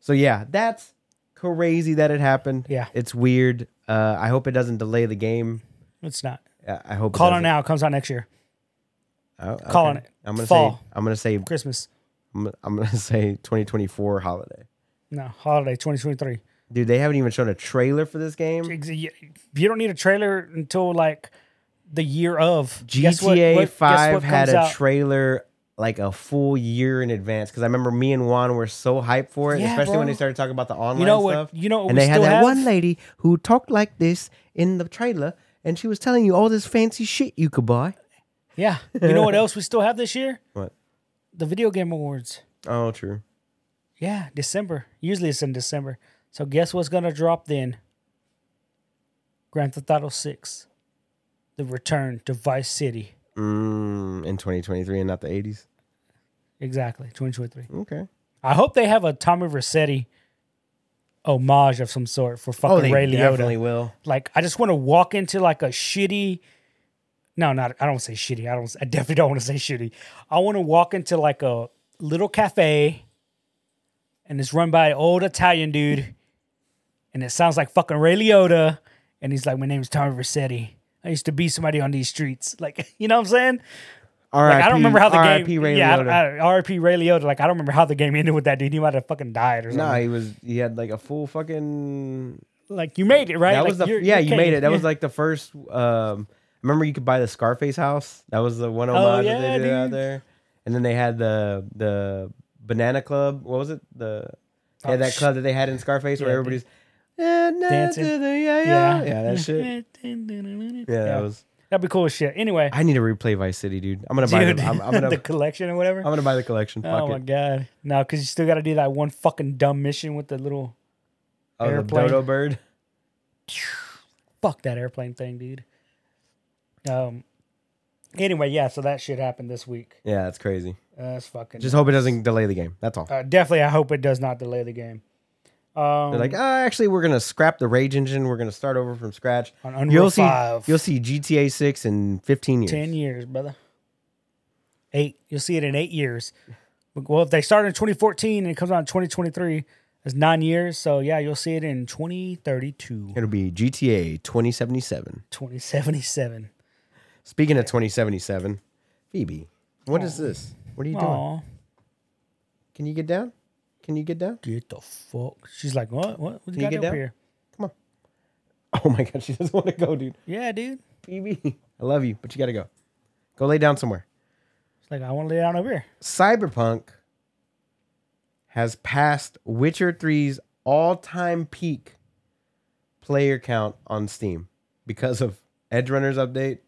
so yeah, that's crazy that it happened. Yeah. it's weird. Uh, I hope it doesn't delay the game. It's not. I- I hope. Oh, Call it now. It comes out next year. Call on it. I'm gonna say. Fall. I'm gonna say. Christmas. I'm, I'm gonna say 2024 holiday. No, holiday 2023. Dude, they haven't even shown a trailer for this game. Ex- You you don't need a trailer until like the year of Guess what- GTA what- guess Five what had comes a out? trailer like a full year in advance because I remember me and Juan were so hyped for it, Yeah, especially when bro. they started talking about the online You know what- stuff. you know what and Oh, we they had still that have? one lady who talked like this in the trailer, and she was telling you all this fancy shit you could buy. Yeah. You know what else we still have this year? What? The video game awards. Oh, true. Yeah, December. Usually it's in December. So guess what's gonna drop then? Grand Theft Auto Six, the return to Vice City. Mm, in 2023 and not the 80s. Exactly, 2023. Okay. I hope they have a Tommy Vercetti homage of some sort Oh, for fucking Ray Liotta. will. Like, I just want to walk into like a shitty. No, not. I don't say shitty. I don't. I definitely don't want to say shitty. I want to walk into like a little cafe, and it's run by an old Italian dude, and it sounds like fucking Ray Liotta, and he's like, "My name is Tommy Vercetti. I used to be somebody on these streets." Like, you know what I'm saying? All Like, I don't remember how the RIP game. Ray yeah, Liotta. I, I, RIP Ray Liotta. Like I don't remember how the game ended with that dude. He might have fucking died or something. no, he was. He had like a full fucking. Like you made it right. That Like, was the. you're- yeah, you're you made king. it. That was Yeah. like the first. Um, remember you could buy the Scarface house. That was the one homage that Oh, yeah, they did out dude. there. And then they had the the Banana Club. What was it? The they had Oh, that sh- club that they had in Scarface where Yeah, everybody's dancing. Dancing. Yeah, yeah, yeah, Yeah. yeah, that shit. Yeah, Yeah, that was. that'd be cool as shit. Anyway, I need to replay Vice City, dude. I'm gonna buy. dude, the, I'm, I'm gonna. the collection or whatever. I'm gonna buy the collection. Fuck oh my it. god, no, because you still got to do that one fucking dumb mission with the little Oh, the airplane. dodo bird. fuck that airplane thing, dude. Um. Anyway, yeah, so that shit happened this week. Yeah, that's crazy. Uh, that's fucking. Just hope it doesn't delay the game. That's all. uh, definitely, I hope it does not delay the game. Um, They're like, ah, actually, we're gonna scrap the Rage Engine. We're gonna start over from scratch. on Unreal "Ah, You'll see, Five. you'll see GTA Six in fifteen years. Ten years, brother. Eight. You'll see it in eight years. Well, if they started in 2014 and it comes out in 2023, that's nine years. So yeah, you'll see it in 2032, It'll be GTA twenty seventy seven. 2077. Speaking of twenty seventy seven, Phoebe, what is this? What are you doing? Oh. Aw, Can you get down? Can you get down? get the fuck. She's like, what? What? What you you got get up down? here? Oh my god, she doesn't want to go, dude. Yeah, dude. Phoebe, I love you, but you gotta go. Go lay down somewhere. She's like, I want to lay down over here. Cyberpunk has passed Witcher 3's all-time peak player count on Steam because of Edge Runner's update.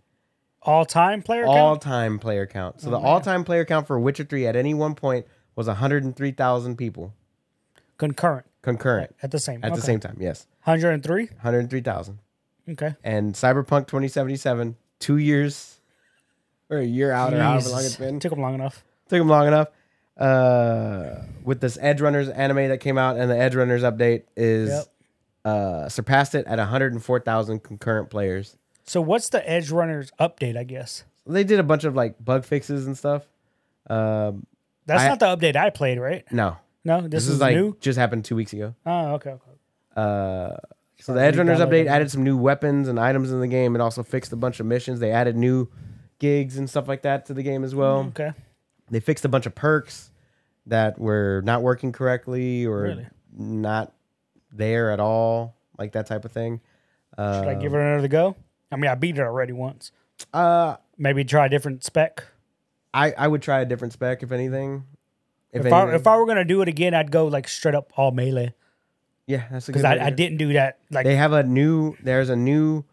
All time player count. Oh, All-time player count. So the all-time player count for Witcher 3 at any one point was 103,000 people concurrent concurrent at the same. at the same time. Yes, 103. 103,000. Okay. And Cyberpunk 2077, 2 years or a year out or however long it's Jesus. been. Took them long enough. took him long enough. Uh, with this Edge Runners anime that came out and the Edge Runners update is Yep. uh, surpassed it at 104,000 concurrent players. So what's the Edge Runners update? I guess They did a bunch of like bug fixes and stuff. Um, that's I- not the update I played, right? no, No, this, this, is, is like new. just happened two weeks ago. Oh, okay, okay. Uh, so the Sorry, Edge Runners downloaded update it. added some new weapons and items in the game. It also fixed a bunch of missions. They added new gigs and stuff like that to the game as well. Okay. Mm-hmm. they fixed a bunch of perks that were not working correctly or Really? not there at all, like that type of thing. Should I give Um, it another go? I mean, I beat it already once. Uh, Maybe try a different spec. I I would try a different spec if anything. If I, if I were gonna do it again, I'd go like straight up all melee yeah, that's a good. because I, idea. I didn't do that. Like They have a new. There's a new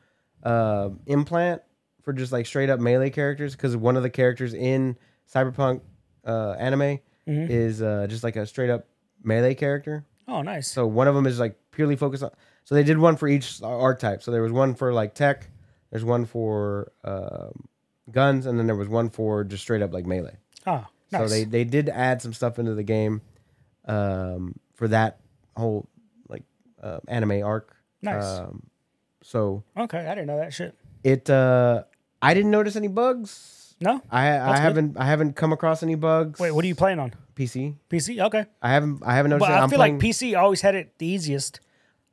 uh, implant for just like straight up melee characters because one of the characters in Cyberpunk uh, anime is uh, just like a straight up melee character. oh nice. So one of them is like purely focused on. So they did one for each archetype. So there was one for like tech, there's one for um, guns, and then there was one for just straight up like melee. oh nice. So they they did add some stuff into the game um, for that whole like uh, anime arc. Nice. Um, so okay, I didn't know that shit. it uh, I didn't notice any bugs. No. I I good. haven't I haven't come across any bugs. Wait, what are you playing on? PC? PC. Okay. I haven't I haven't noticed. But that. I I'm feel playing, like PC always had it the easiest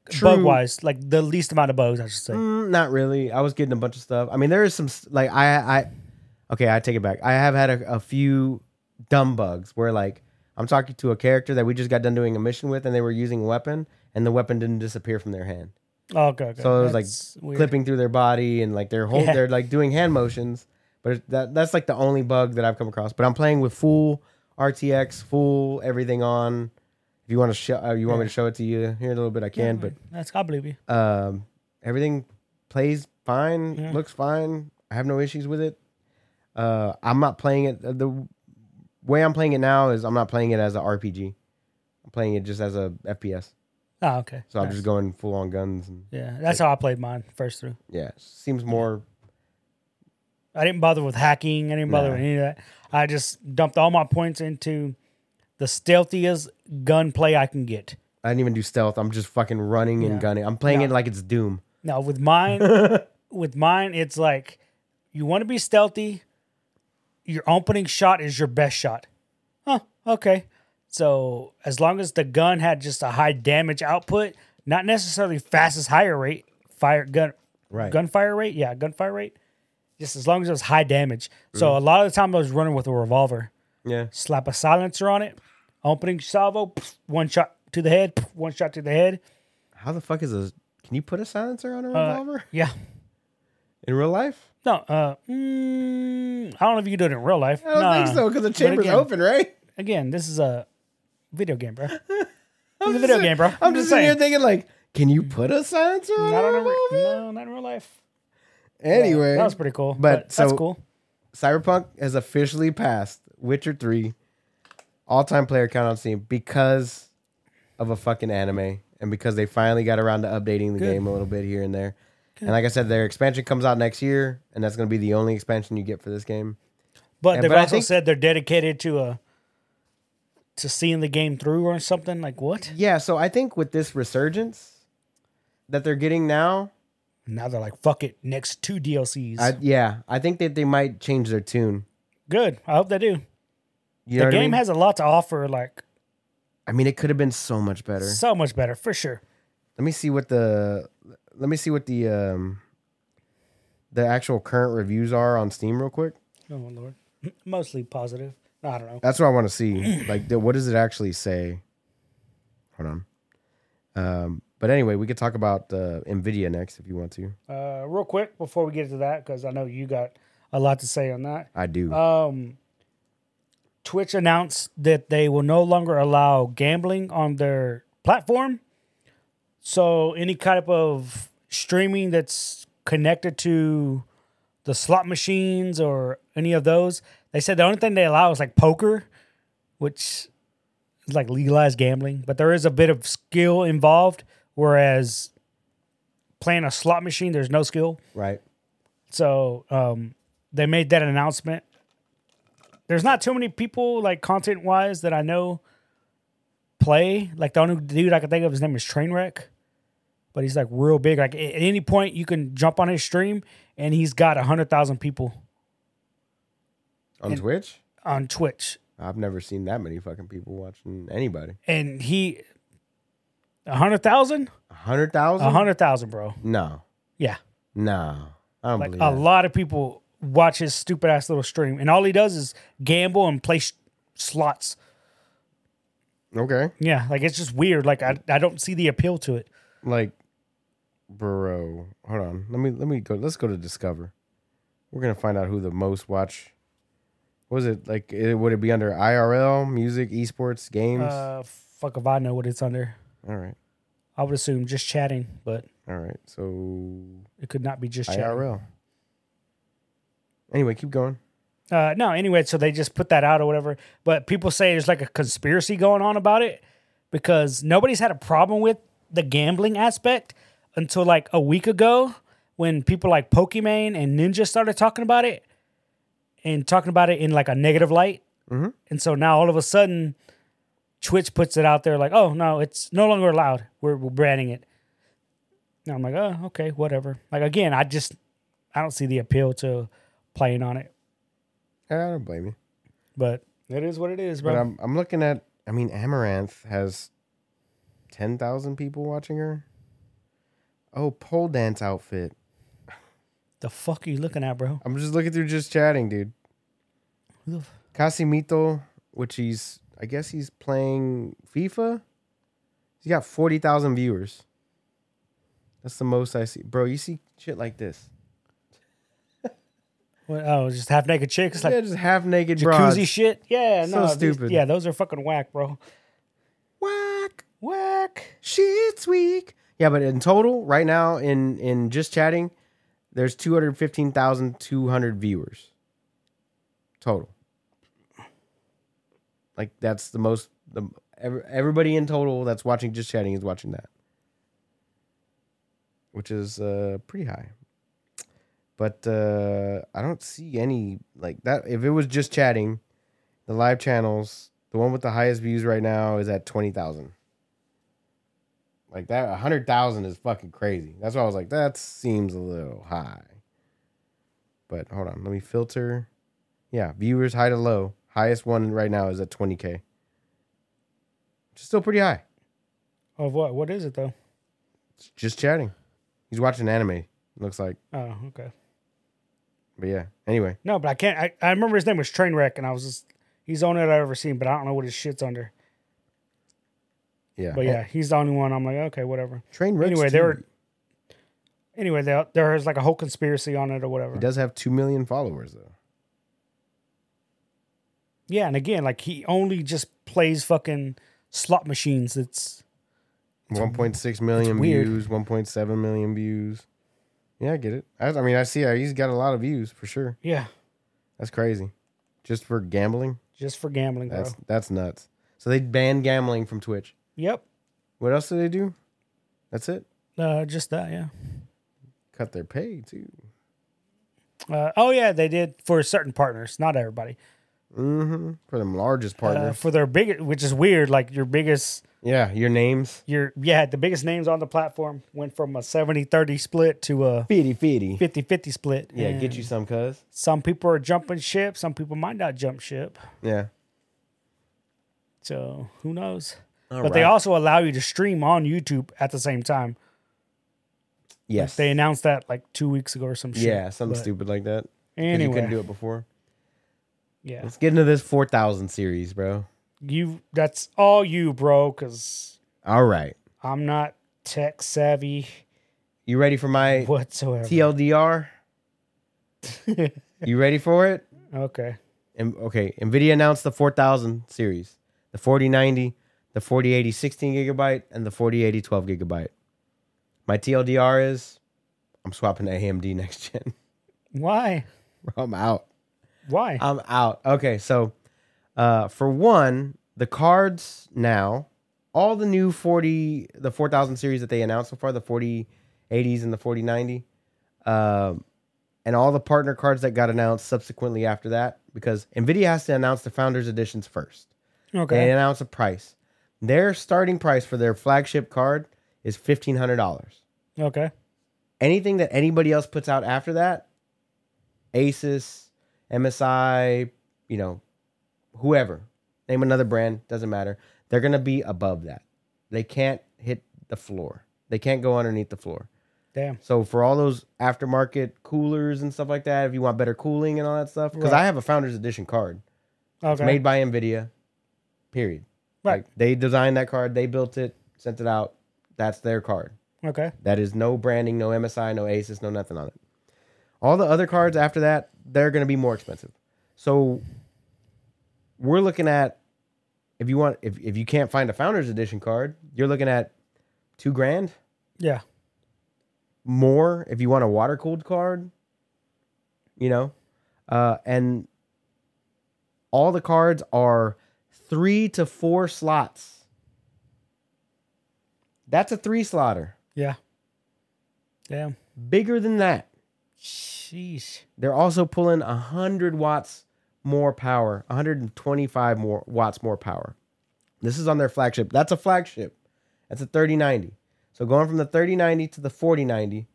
bug True. wise, like the least amount of bugs, I should say. Mm, not really. I was getting a bunch of stuff. I mean, there is some s- like I I okay, I take it back. I have had a, a few dumb bugs where like I'm talking to a character that we just got done doing a mission with, and they were using a weapon, and the weapon didn't disappear from their hand. Oh, okay, okay. So it was That's like weird. clipping through their body and like their whole Yeah. they're like doing hand motions. But it- that that's like the only bug that I've come across. But I'm playing with full RTX, full everything on. If you want to show, uh, you want me to show it to you here in a little bit, I can. but That's I believe you. um, everything plays fine, Yeah. looks fine. I have no issues with it. Uh, I'm not playing it the way I'm playing it now is I'm not playing it as a RPG. I'm playing it just as a FPS. Oh, okay. So I'm Nice. just going full on guns and Yeah, that's how I played mine first through. yeah, seems more I didn't bother with hacking. I didn't bother Nah. with any of that. I just dumped all my points into the stealthiest gunplay I can get. I didn't even do stealth. I'm just fucking running and Yeah. gunning. I'm playing No. it like it's Doom. Now with mine, with mine, it's like you want to be stealthy. Your opening shot is your best shot. Huh? Okay. So as long as the gun had just a high damage output, not necessarily fastest higher rate fire gun Right. gunfire rate. Yeah, gunfire rate. Just as long as it was high damage. So a lot of the time I was running with a revolver. Yeah. Slap a silencer on it. Opening salvo. One shot to the head. One shot to the head. How the fuck is a can you put a silencer on a Uh, revolver Yeah. in real life? No, uh, mm, I don't know if you can do it in real life. I don't Nah. think so because the But chamber's again, open, right? Again, this is a video game, bro. It's a just video sit- game, bro. I'm just sitting "Oh, here thinking, like, can you put a silencer on Not a on a re- revolver? no, not in real life. Anyway, that was pretty cool. but But, that's so- cool. Cyberpunk has officially passed Witcher 3 all-time player count on Steam because of a fucking anime and because they finally got around to updating the game a little bit here and there. And like I said, their expansion comes out next year, and that's going to be the only expansion you get for this game. But yeah, they've but I also think- said they're dedicated to uh to seeing the game through or something. Like what? Yeah, so I think with this resurgence that they're getting now, Now they're like, fuck it. Next two DLCs. I, yeah, I think that they might change their tune. Good. I hope they do. You know The what I game mean? has a lot to offer. Like I mean, it could have been so much better. so much better for sure. Let me see what the let me see what the um the actual current reviews are on Steam real quick. Oh lord. Mostly positive. I don't know. That's what I want to see. Like, the, what does it actually say? Hold on. Um, but anyway, we could talk about uh, Nvidia next if you want to. Uh, real quick before we get to that, because I know you got a lot to say on that. I do. Um, Twitch announced that they will no longer allow gambling on their platform. So any type of streaming that's connected to the slot machines or any of those, they said the only thing they allow is like poker, which is like legalized gambling, but there is a bit of skill involved. Whereas playing a slot machine, there's no skill. right. So um, they made that announcement. There's not too many people like content wise that I know play. Like the only dude I can think of, his name is Trainwreck, but he's like real big. Like a- at any point you can jump on his stream and he's got a hundred thousand people On Twitch, on Twitch, I've never seen that many fucking people watching anybody. and he a hundred thousand, A hundred a thousand? hundred thousand, bro. No, Yeah, no, I don't like believe a that. lot of people watch his stupid ass little stream, and all he does is gamble and play sh- slots. okay, Yeah, like it's just weird. Like I, I don't see the appeal to it. like bro hold on let me let me go let's go to discover we're gonna find out who the most watch what was it like it, would it be under irl music esports games Uh, fuck if I know what it's under. all right I would assume just chatting, but all right so it could not be just chatting. irl anyway keep going Uh, no, anyway, so they just put that out or whatever. But people say there's like a conspiracy going on about it because nobody's had a problem with the gambling aspect until like a week ago when people like Pokimane and Ninja started talking about it and talking about it in like a negative light. And so now all of a sudden, Twitch puts it out there like, oh, no, it's no longer allowed. We're, we're banning it. And I'm like, oh, okay, whatever. Like, again, I just, I don't see the appeal to playing on it i don't blame you but it is what it is, but bro. i'm, I'm looking at i mean amaranth has 10000 people watching her Oh, pole dance outfit. The fuck are you looking at, bro? I'm just looking through just chatting, dude. Who the f- Casimito, which he's I guess he's playing FIFA. He's got forty thousand viewers. That's the most I see, bro. You see shit like this? What, oh, just half naked chicks like yeah, just half naked jacuzzi broads. shit. Yeah, So no, these- stupid. yeah, those are fucking whack, bro. Whack. Whack. Shit's weak. Yeah, but in total, right now in in just chatting, there's two hundred fifteen thousand two hundred viewers total. Like that's the most the ev- everybody in total that's watching just chatting is watching that, which is uh pretty high. But uh I don't see any like that. If it was just chatting, the live channels, the one with the highest views right now is at twenty thousand. Like that, a hundred thousand is fucking crazy. That's why I was like, that seems a little high. But hold on, let me filter. Yeah, viewers high to low. Highest one right now is at twenty k, which is still pretty high. Of what? What is it though? It's just chatting. He's watching anime. Looks like, Oh, okay. but yeah. Anyway, No, but I can't. I, I remember his name was Trainwreck, and I was just he's the only one I've ever seen, but I don't know what his shit's under. yeah. But yeah, he's the only one. I'm like, okay, whatever. train wrecks. Anyway, they too. were- Anyway, there there is like a whole conspiracy on it or whatever. He does have two million followers though. Yeah, and again, like he only just plays fucking slot machines. It's One point six million weird. views. One point seven million views. Yeah, I get it. I, I mean, I see. how He's got a lot of views for sure. yeah, That's crazy. Just for gambling? just for gambling, bro. That's that's nuts. So they banned gambling from Twitch. Yep, What else do they do? That's it. uh, just that. Yeah. Cut their pay too. Uh, oh yeah, they did for certain partners, not everybody. Mm-hmm. For the largest Uh, partners. for their biggest, which is weird. Like your biggest, yeah, your names. your yeah, the biggest names on the platform went from a 70-30 split to a Fitty fitty. 50-50 split. Yeah, And get you some cuz. Some people are jumping ship. Some people might not jump ship. Yeah. So who knows? All but they right. also allow you to stream on YouTube at the same time. Yes. They announced that like two weeks ago or some shit. yeah, something But stupid like that. 'Cause You Anyway, couldn't do it before. yeah, Let's get into this 4000 series, bro. you. That's all you, bro. Because All right. I'm not tech savvy You ready for my whatsoever. TLDR? you ready for it? okay. And okay, Nvidia announced the 4000 series, the 4090, the 4080 16 gigabyte, and the 4080 12 gigabyte. My TLDR is, I'm swapping to AMD next gen. Why? I'm out. Why? I'm out. Okay, so uh, for one, the cards now, all the new 40, the 4000 series that they announced so far, the 4080s and the 4090, um, and all the partner cards that got announced subsequently after that, because NVIDIA has to announce the Founders Editions first. They okay. announce a price. Their starting price for their flagship card is $1,500 Okay. anything that anybody else puts out after that, Asus, MSI, you know, whoever, name another brand, doesn't matter. They're going to be above that. They can't hit the floor. They can't go underneath the floor. Damn. So for all those aftermarket coolers and stuff like that, if you want better cooling and all that stuff, because Right. I have a Founders Edition card. It's Okay. made by NVIDIA, period. Right. Like, they designed that card. They built it, sent it out. That's their card. okay. That is no branding, no MSI, no Asus, no nothing on it. All the other cards after that, they're going to be more expensive. So we're looking at if you want if, if you can't find a founders edition card, you're looking at 2 grand Yeah. more if you want a water cooled card, you know. Uh and all the cards are 3 to 4 slots. That's a 3 slotter. Yeah. Damn. Bigger than that. Sheesh. They're also pulling 100 watts more power, 125 more watts more power. This is on their flagship. That's a flagship. That's a 3090. So going from the 3090 to the 4090,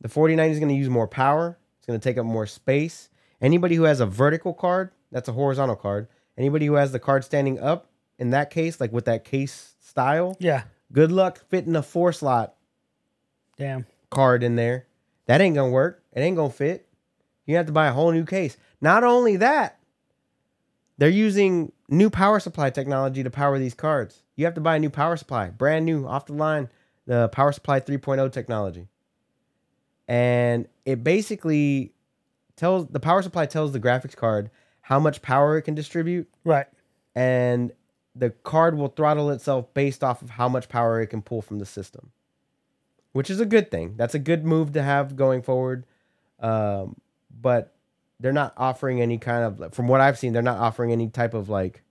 the 4090 is going to use more power. It's going to take up more space. Anybody who has a vertical card, that's a horizontal card. Anybody who has the card standing up, in that case, like with that case style, Yeah. good luck fitting a four slot Damn. card in there. That ain't gonna work. It ain't gonna fit. You have to buy a whole new case. Not only that, they're using new power supply technology to power these cards. You have to buy a new power supply, brand new, off the line, the power supply 3.0 technology. And it basically tells the power supply tells the graphics card how much power it can distribute Right. and the card will throttle itself based off of how much power it can pull from the system, which is a good thing. That's a good move to have going forward. Um, but they're not offering any kind of, from what I've seen, they're not offering any type of like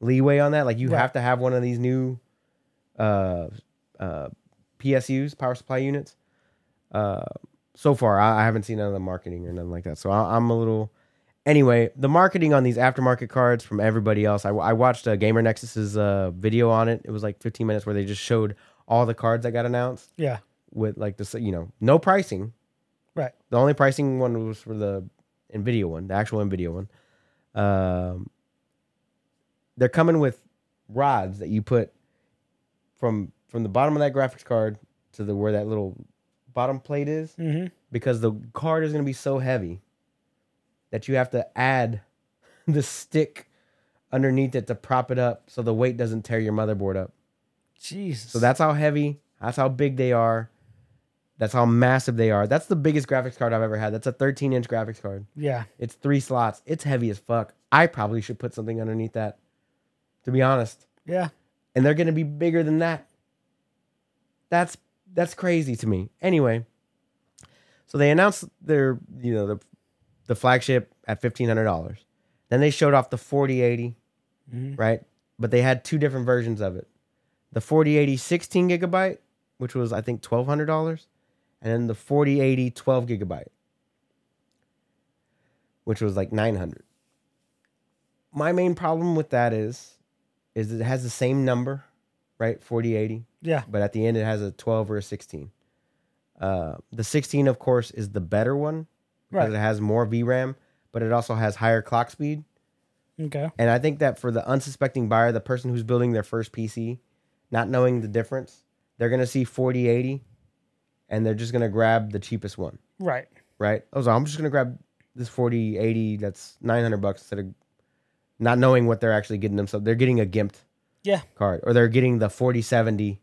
leeway on that. Like you Right. have to have one of these new uh, uh, PSUs, power supply units. Uh, so far, I, I haven't seen none of the marketing or nothing like that. So I, I'm a little anyway, the marketing on these aftermarket cards from everybody else. I, I watched uh, Gamer Nexus's uh, video on it. It was like 15 minutes where they just showed all the cards that got announced Yeah. with like this, you know, no pricing. Right. The only pricing one was for the Nvidia one, the actual Nvidia one. Um, they're coming with rods that you put from from the bottom of that graphics card to the where that little bottom plate is Mm-hmm. because the card is going to be so heavy that you have to add the stick underneath it to prop it up so the weight doesn't tear your motherboard up. Jesus. So that's how heavy, that's how big they are, that's how massive they are. That's the biggest graphics card I've ever had. That's a 13 inch graphics card. yeah. It's three slots. It's heavy as fuck. I probably should put something underneath that, to be honest. Yeah. And they're going to be bigger than that. That's that's crazy to me. Anyway, so they announced their you know the the flagship at fifteen hundred dollars. Then they showed off the forty eighty, Mhm. right? But they had two different versions of it: the 4080 16 gigabyte, which was I think twelve hundred dollars, and then the 4080 12 gigabyte, which was like nine hundred. My main problem with that is, is it has the same number, right? 4080 Yeah. but at the end it has a 12 or a 16. Uh, the 16, of course, is the better one because Right. it has more VRAM, but it also has higher clock speed. Okay. And I think that for the unsuspecting buyer, the person who's building their first PC, not knowing the difference, they're going to see 4080 and they're just going to grab the cheapest one, Right. right? Oh, so I'm just going to grab this 4080 that's 900 bucks instead of not knowing what they're actually getting themselves. They're getting a gimped Yeah. card, or they're getting the 4070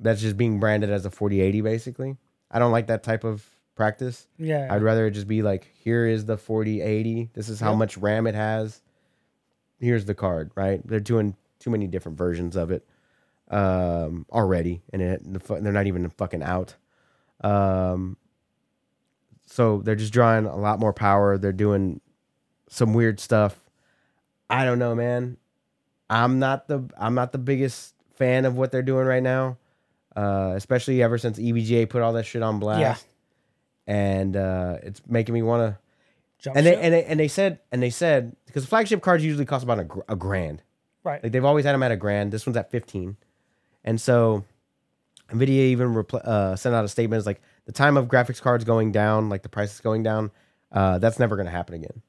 that's just being branded as a 4080 basically. I don't like that type of practice. Yeah. I'd rather it just be like, here is the 4080. This is how Yep. much RAM it has. Here's the card, right? They're doing too many different versions of it um, already, and it, the fu- they're not even fucking out. Um, so they're just drawing a lot more power. They're doing some weird stuff. I don't know, man. I'm not the I'm not the biggest fan of what they're doing right now, uh, especially ever since EVGA put all that shit on blast Yeah. and uh, it's making me want to. Jump And they, ship. and they and they said and they said because flagship cards usually cost about a, gr- a grand. right. Like they've always had them at a grand. This one's at fifteen, and so Nvidia even repl- uh, sent out a statement it's like the time of graphics cards going down, like the price is going down. Uh, that's never going to happen again.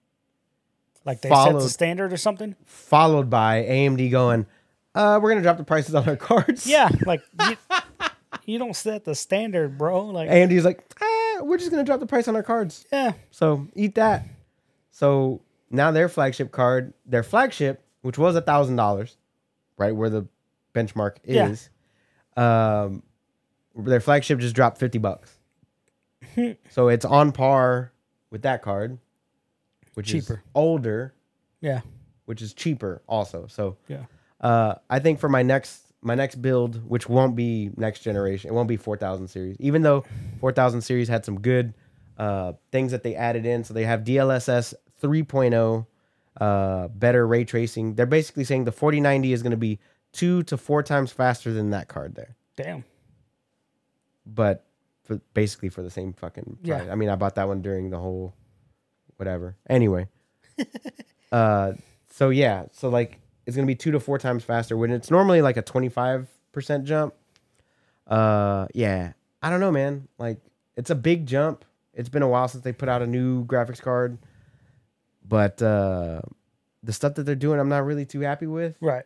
like they set followed- the standard or something. Followed by AMD going, uh, we're going to drop the prices on our cards. Yeah. Like you, you don't set the standard, bro. Like AMD's like, ah, we're just going to drop the price on our cards. yeah. So eat that. So now their flagship card, their flagship, which was a thousand dollars, right where the benchmark Yeah. is, um, their flagship just dropped fifty bucks. so it's on par with that card, which is Cheaper. older, Yeah. which is cheaper also. So Yeah. uh, I think for my next my next build, which won't be next generation, it won't be four thousand series. Even though four thousand series had some good uh, things that they added in, so they have DLSS 3.0, oh, uh, better ray tracing. They're basically saying the 4090 is going to be two to four times faster than that card there, Damn. but for, basically for the same fucking Yeah. price. I mean, I bought that one during the whole whatever. Anyway, uh, so yeah, so like it's gonna be two to four times faster when it's normally like a twenty five percent jump. Uh, yeah, I don't know, man. Like it's a big jump. It's been a while since they put out a new graphics card, but uh, the stuff that they're doing, I'm not really too happy with. Right.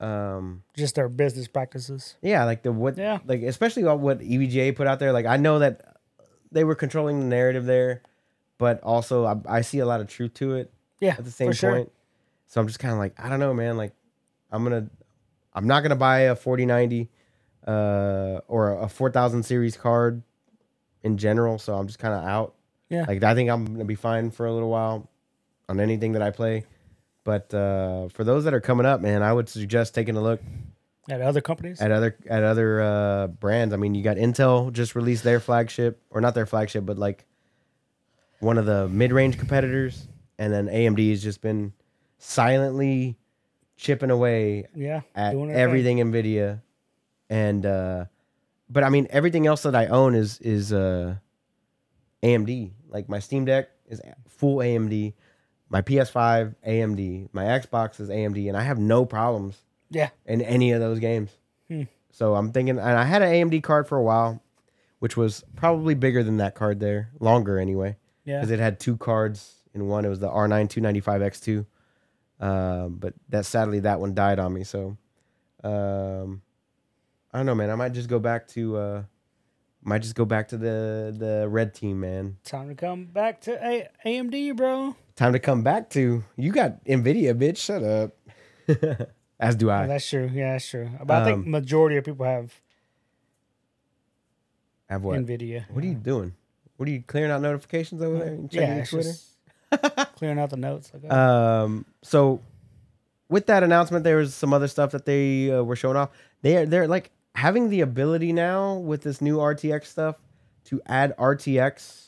Um, Just their business practices. yeah, like the what, Yeah. like especially on what EVGA put out there. Like I know that they were controlling the narrative there, but also I, I see a lot of truth to it Yeah, at the same for sure. point. So I'm just kind of like, I don't know, man. Like, I'm gonna, I'm not gonna buy a 4090 uh, or a 4000 series card in general. So I'm just kind of out. Yeah. Like I think I'm gonna be fine for a little while on anything that I play. But uh, for those that are coming up, man, I would suggest taking a look At other companies, at other at other uh, brands. I mean, you got Intel just released their flagship, or not their flagship, but like one of the mid range competitors, and then AMD has just been silently chipping away yeah, at doing their thing. everything Nvidia, and uh, but I mean everything else that I own is is uh, AMD. Like my Steam Deck is full AMD. My PS5 AMD, my Xbox is AMD, and I have no problems Yeah, in any of those games. Hmm. So I'm thinking, and I had an AMD card for a while, which was probably bigger than that card there, longer anyway, yeah, because it had two cards in one. It was the R9 295X2, um, but that sadly that one died on me. So um, I don't know, man. I might just go back to, uh, might just go back to the the red team, man. time to come back to a- AMD, bro. Time to come back to you. Got Nvidia, bitch. Shut up. As do I. that's true. Yeah, that's true. But I think Um, majority of people have Have what? Nvidia. What are you doing? What are you clearing out notifications over there? You checking yeah, your it's Twitter? just clearing out the notes. Like, oh, Um, so with that announcement, there was some other stuff that they uh, were showing off. They are they're like having the ability now with this new RTX stuff to add RTX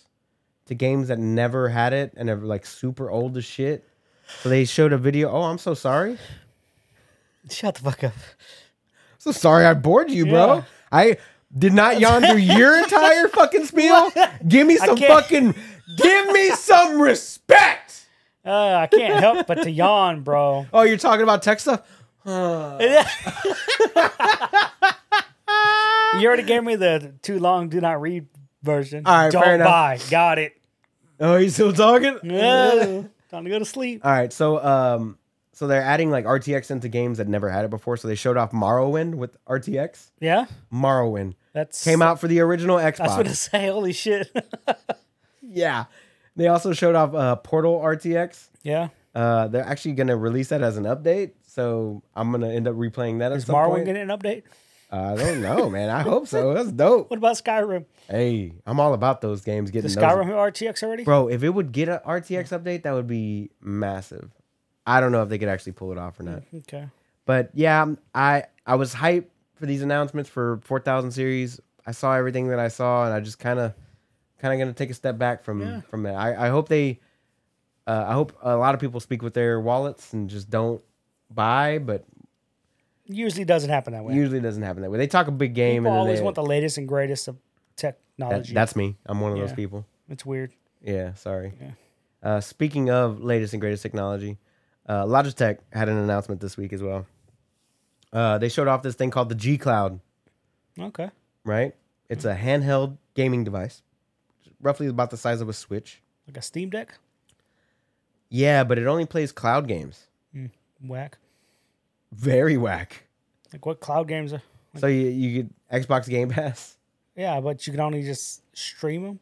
to games that never had it and are like super old as shit. So they showed a video. Oh, I'm so sorry. shut the fuck up. So sorry I bored you, bro. Yeah. I did not yawn through your entire fucking spiel. Give me some can't- fucking give me some respect. Uh, I can't help but to yawn, bro. Oh, you're talking about tech stuff? You already gave me the too long, do not read version. All right, Don't fair enough. buy. Got it. Oh, you still talking? Yeah. Time to go to sleep. All right, so um so they're adding like RTX into games that never had it before. So they showed off Morrowind with RTX. Yeah, Morrowind that's came out for the original Xbox. I was gonna say, holy shit. yeah. They also showed off uh, Portal RTX. yeah, Uh, they're actually gonna release that as an update, so I'm gonna end up replaying that at is some Morrowind point. getting an update? I don't know, man. I hope so. That's dope. What about Skyrim? Hey, I'm all about those games getting Does those- Skyrim have RTX already? Bro, if it would get an RTX update, that would be massive. I don't know if they could actually pull it off or not. Okay. But yeah, I'm- I I was hyped for these announcements for 4000 series. I saw everything that I saw, and I just kind of kind of gonna take a step back from Yeah. from that. I, I hope they, uh, I hope a lot of people speak with their wallets and just don't buy, but Usually doesn't happen that way. usually doesn't happen that way. They talk a big game, People and then always they- want the latest and greatest of that- technology. that's me. I'm one of those Yeah. people. it's weird. Yeah, sorry. Uh, speaking of latest and greatest technology, uh, Logitech had an announcement this week as well. Uh, they showed off this thing called the G Cloud, Okay. right? It's a handheld gaming device, roughly about the size of a Switch. Like a Steam Deck? Yeah, but it only plays cloud games. Whack. Very whack. Like what cloud games are? So you, you get Xbox Game Pass. Yeah, but you can only just stream them.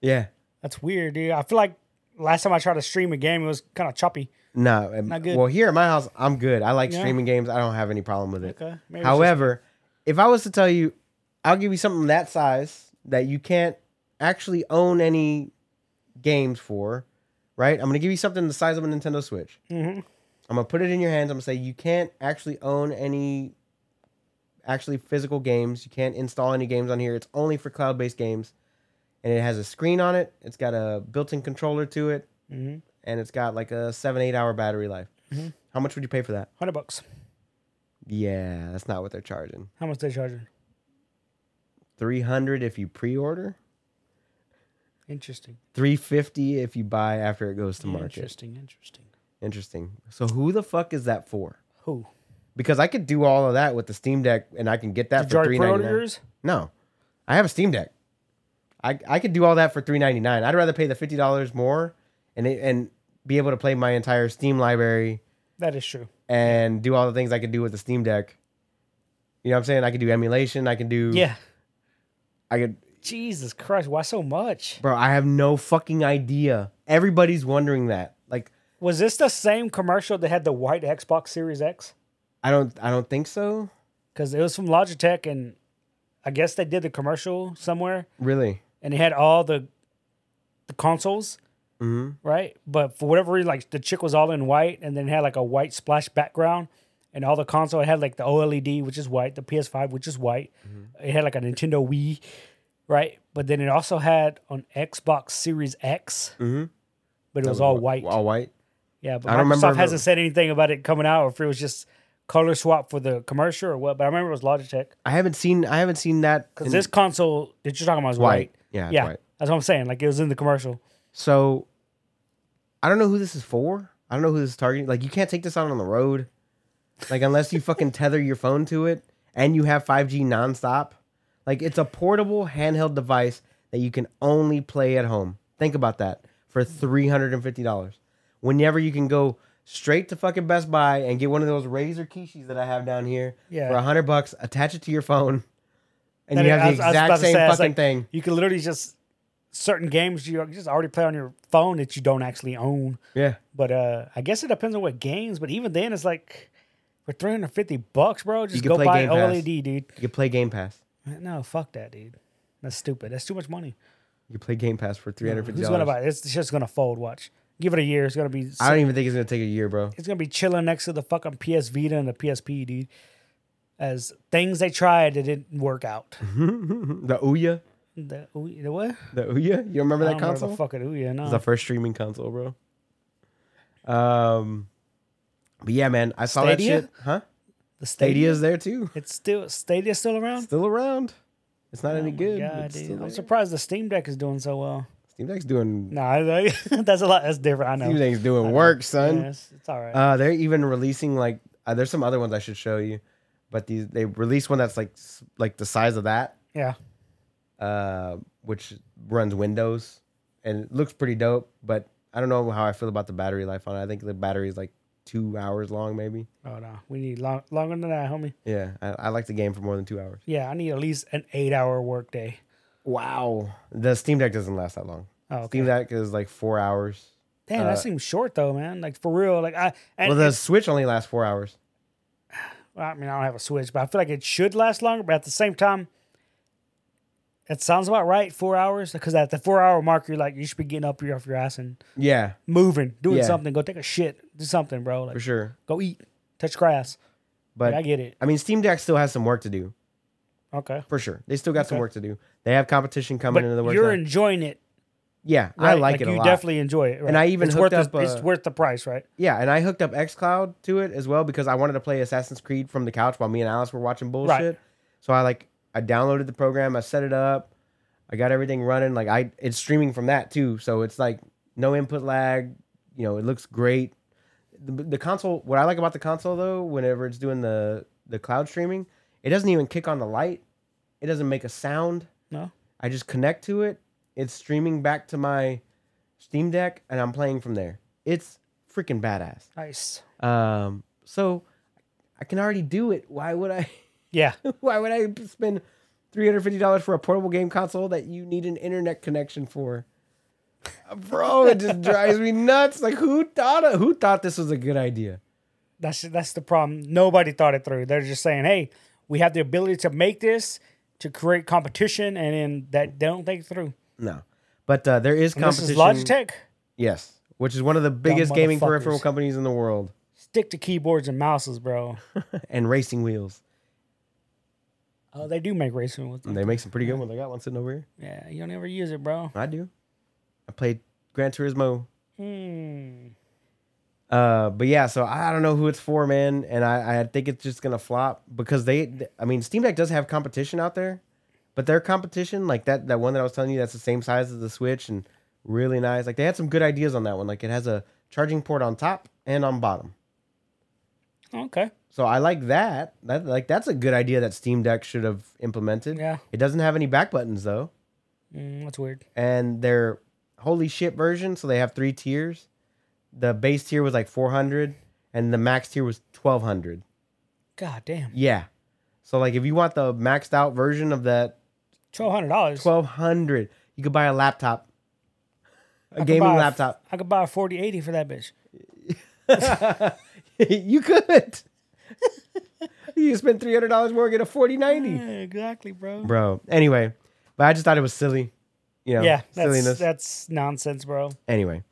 Yeah. That's weird, dude. I feel like last time I tried to stream a game, it was kind of choppy. No. um, Not good. Well, here at my house, I'm good. I like Yeah. streaming games. I don't have any problem with it. Okay. Maybe it's However, if I was to tell you, I'll give you something that size that you can't actually own any games for, right? I'm gonna give you something the size of a Nintendo Switch. Mhm. I'm gonna put it in your hands. I'm gonna say you can't actually own any actually physical games. You can't install any games on here. It's only for cloud-based games, and it has a screen on it. It's got a built-in controller to it, just- Mhm. and it's got like a seven eight hour battery life. Mm-hmm. How much would you pay for that? 100 bucks. Yeah, that's not what they're charging. How much they charging? 300 if you pre-order Interesting. 350 if you buy after it goes to market interesting. Interesting. Interesting. so who the fuck is that for Who? because i could do all of that with the steam deck and i can get that Did you for already pre-order 399 yours? no i have a steam deck I, I could do all that for 399 i'd rather pay the $50 more and it, and be able to play my entire steam library That is true. and do all the things I can do with the Steam Deck. You know what I'm saying? I can do emulation. I can do. Yeah. I could. Jesus Christ, why so much? Bro, I have no fucking idea. Everybody's wondering that. Like, Was this the same commercial that had the white Xbox Series X? I don't. I don't think so. Because it was from Logitech, and I guess they did the commercial somewhere, Really. and it had all the the consoles, hmm right? But for whatever reason, like the chick was all in white, and then had like a white splash background, and all the console it had like the OLED, which is white, the PS5, which is white. It had like a Nintendo Wii, right? But then it also had on Xbox Series X, hmm but it was all white. All white. Yeah, but I don't Microsoft remember if it- hasn't said anything about it coming out, or if it was just color swap for the commercial or what. But I remember it was Logitech I haven't seen. I haven't seen that. because in this console that you're talking about is white. white. Yeah. it's yeah, White. that's what I'm saying. Like it was in the commercial. So, I don't know who this is for. I don't know who this is targeting. Like, you can't take this out on the road. Like, unless you fucking tether your phone to it and you have 5G nonstop. Like, it's a portable handheld device that you can only play at home. Think about that for $350. Whenever you can go straight to fucking Best Buy and get one of those Razor Kishis that I have down here Yeah. for 100 bucks, attach it to your phone, and That you is- have I the was- I was about exact to same say, I was fucking like, thing. You can literally just certain games you just already play on your phone that you don't actually own. Yeah. But uh I guess it depends on what games. But even then, it's like for 350 bucks, bro. Just can go play buy Game Pass. OLED, dude. You can play Game Pass. No, fuck that, dude. That's stupid. That's too much money. You play Game Pass for three hundred fifty Who's gonna dollars. buy it? It's it's just gonna fold. Watch. Give it a year. It's gonna be. I don't even think it's gonna take a year, bro. it's gonna be chilling next to the fucking PS Vita and the PSP, dude. As things they tried that didn't work out. the Ouya, the, Ouya- the what? the Ouya. You don't remember that I don't know console? The fucking Ouya, It no. was the first streaming console, bro. Um, but yeah, man, I saw Stadia? that shit. Huh? The Stadia. Stadia's there too. It's still Stadia's still around. Still around. It's not any Oh my good. God, it's dude. still I'm there. surprised the Steam Deck is doing so well. Steam Deck's doing Nah, I- I- that's a lot. That's different. I know. Steam Deck's doing work, Yeah, son. it's, it's all right. Uh, they're even releasing like uh, there's some other ones I should show you, but these they released one that's like s- like the size of that. yeah. uh, which runs Windows and it looks pretty dope. But I don't know how I feel about the battery life on it. I think the battery is like two hours long, maybe. Oh no, we need long, longer than that, homie. Yeah, I, I like the game for more than two hours. Yeah, I need at least an eight-hour workday. Wow, the Steam Deck doesn't last that long. Oh, okay. Steam Deck is like four hours. Damn, Uh, that seems short though, man. Like for real. Like I and well, the it's- Switch only lasts four hours. I mean, I don't have a Switch, but I feel like it should last longer. But at the same time, it sounds about right. Four hours, because at the four-hour mark, you're like you should be getting up, you're off your ass and Yeah, moving, doing Yeah. something. Go take a shit, do something, bro. Like for sure. go eat, touch grass. But I get it. I mean, Steam Deck still has some work to do Okay, for sure. They still got some Okay. work to do. They have competition coming but into the work. you're now. enjoying it. yeah, I right? like, it a you lot. definitely enjoy it, right? I even it's hooked worth up, the, uh, it's worth the price, right? Yeah, and I hooked up XCloud to it as well because I wanted to play Assassin's Creed from the couch while me and Alice were watching bullshit. Right. So I like I downloaded the program, I set it up, I got everything running. Like I it's streaming from that too, so it's like no input lag. You know, it looks great. The, the console. What I like about the console though, whenever it's doing the the cloud streaming, it doesn't even kick on the light. It doesn't make a sound. No, I just connect to it. It's streaming back to my Steam Deck, and I'm playing from there. It's freaking badass. nice. Um, so I can already do it. Why would I? Yeah, Why would I spend three hundred fifty dollars for a portable game console that you need an internet connection for? Uh, Bro, it just drives me nuts. Like who thought of, who thought this was a good idea? That's that's the problem. Nobody thought it through. They're just saying, "Hey, we have the ability to make this to create competition," and then that they don't think it through. No, but uh, there is And This competition. is Logitech. yes, which is one of the biggest gaming motherfuckers. peripheral companies in the world, Stick to keyboards and mouses, bro. and racing wheels. Oh, they do make racing with them. They make some pretty good ones. I got one sitting over here. Yeah, you don't ever use it, bro. I do. I played Gran Turismo Hmm. Uh, but yeah, so I I don't know who it's for, man, and I, I think it's just gonna flop because they, I mean, Steam Deck does have competition out there, but their competition, like that that one that I was telling you, that's the same size as the Switch and really nice. Like they had some good ideas on that one. Like it has a charging port on top and on bottom, Okay. so I like that. That like that's a good idea that Steam Deck should have implemented. Yeah. It doesn't have any back buttons though, Mm, that's weird. and their holy shit version, so they have three tiers. The base tier was like four hundred, and the max tier was twelve hundred. God damn. Yeah. So like if you want the maxed out version of that Twelve hundred dollars. twelve hundred, you could buy a laptop. A I could gaming buy a- laptop. I could buy a forty eighty for that bitch. you could. you spend three hundred dollars more and get a forty ninety. exactly, bro. Bro. Anyway. But I just thought it was silly. You know, yeah, that's, silliness. that's nonsense, bro. Anyway.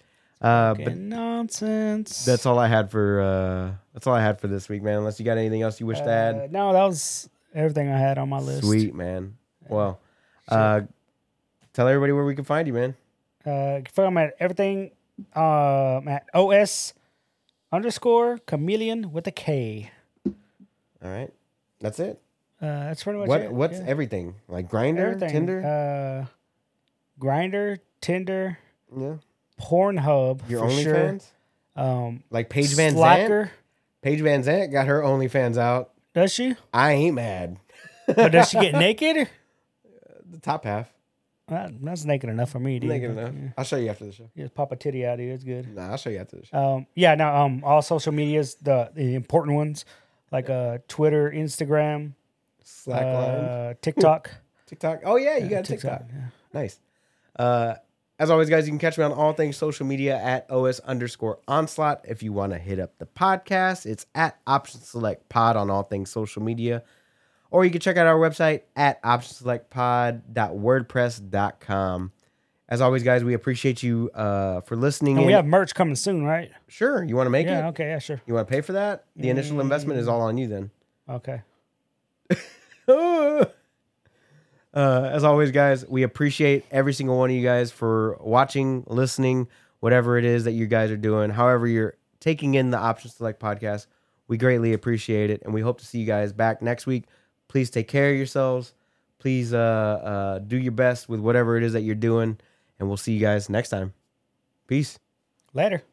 Uh but Okay, nonsense. that's all I had for uh that's all I had for this week, man. Unless you got anything else you wish to add. Uh, no, that was everything I had on my list. Sweet man. Well, uh, tell everybody where we can find you, man. Uh, follow me at everything um, at os underscore chameleon with a K. All right, that's it. Uh, that's pretty much What it. what's yeah. everything like? Grinder, everything? Tinder, Uh, Grinder, Tinder, yeah. Pornhub. Your for OnlyFans, sure. Um, like Paige Van Zant. Slacker. Paige Van Zant got her OnlyFans out. Does she? I ain't mad. But does she get naked? The top half. That, that's naked enough for me, dude. Naked enough. I'll show you after the show. Just pop a titty out of you. It's good. Nah, I'll show you after the show. Um, yeah, no, um, all social medias, the, the important ones, like uh, Twitter, Instagram, Slackline, uh, TikTok. TikTok. Oh yeah, you got a TikTok. Nice. Uh, as always, guys, you can catch me on all things social media at os underscore onslaught. If you want to hit up the podcast, it's at option select pod on all things social media. Or you can check out our website at optionselectpod.wordpress.com. As always, guys, we appreciate you uh, for listening. And in. we have merch coming soon, right? sure, you want to make Yeah, it? okay, yeah, sure. You want to pay for that? The initial investment is all on you then. Okay. uh, as always, guys, we appreciate every single one of you guys for watching, listening, whatever it is that you guys are doing. However, you're taking in the Option Select podcast, we greatly appreciate it, and we hope to see you guys back next week. Please take care of yourselves. Please uh, uh, do your best with whatever it is that you're doing, and we'll see you guys next time. Peace. Later.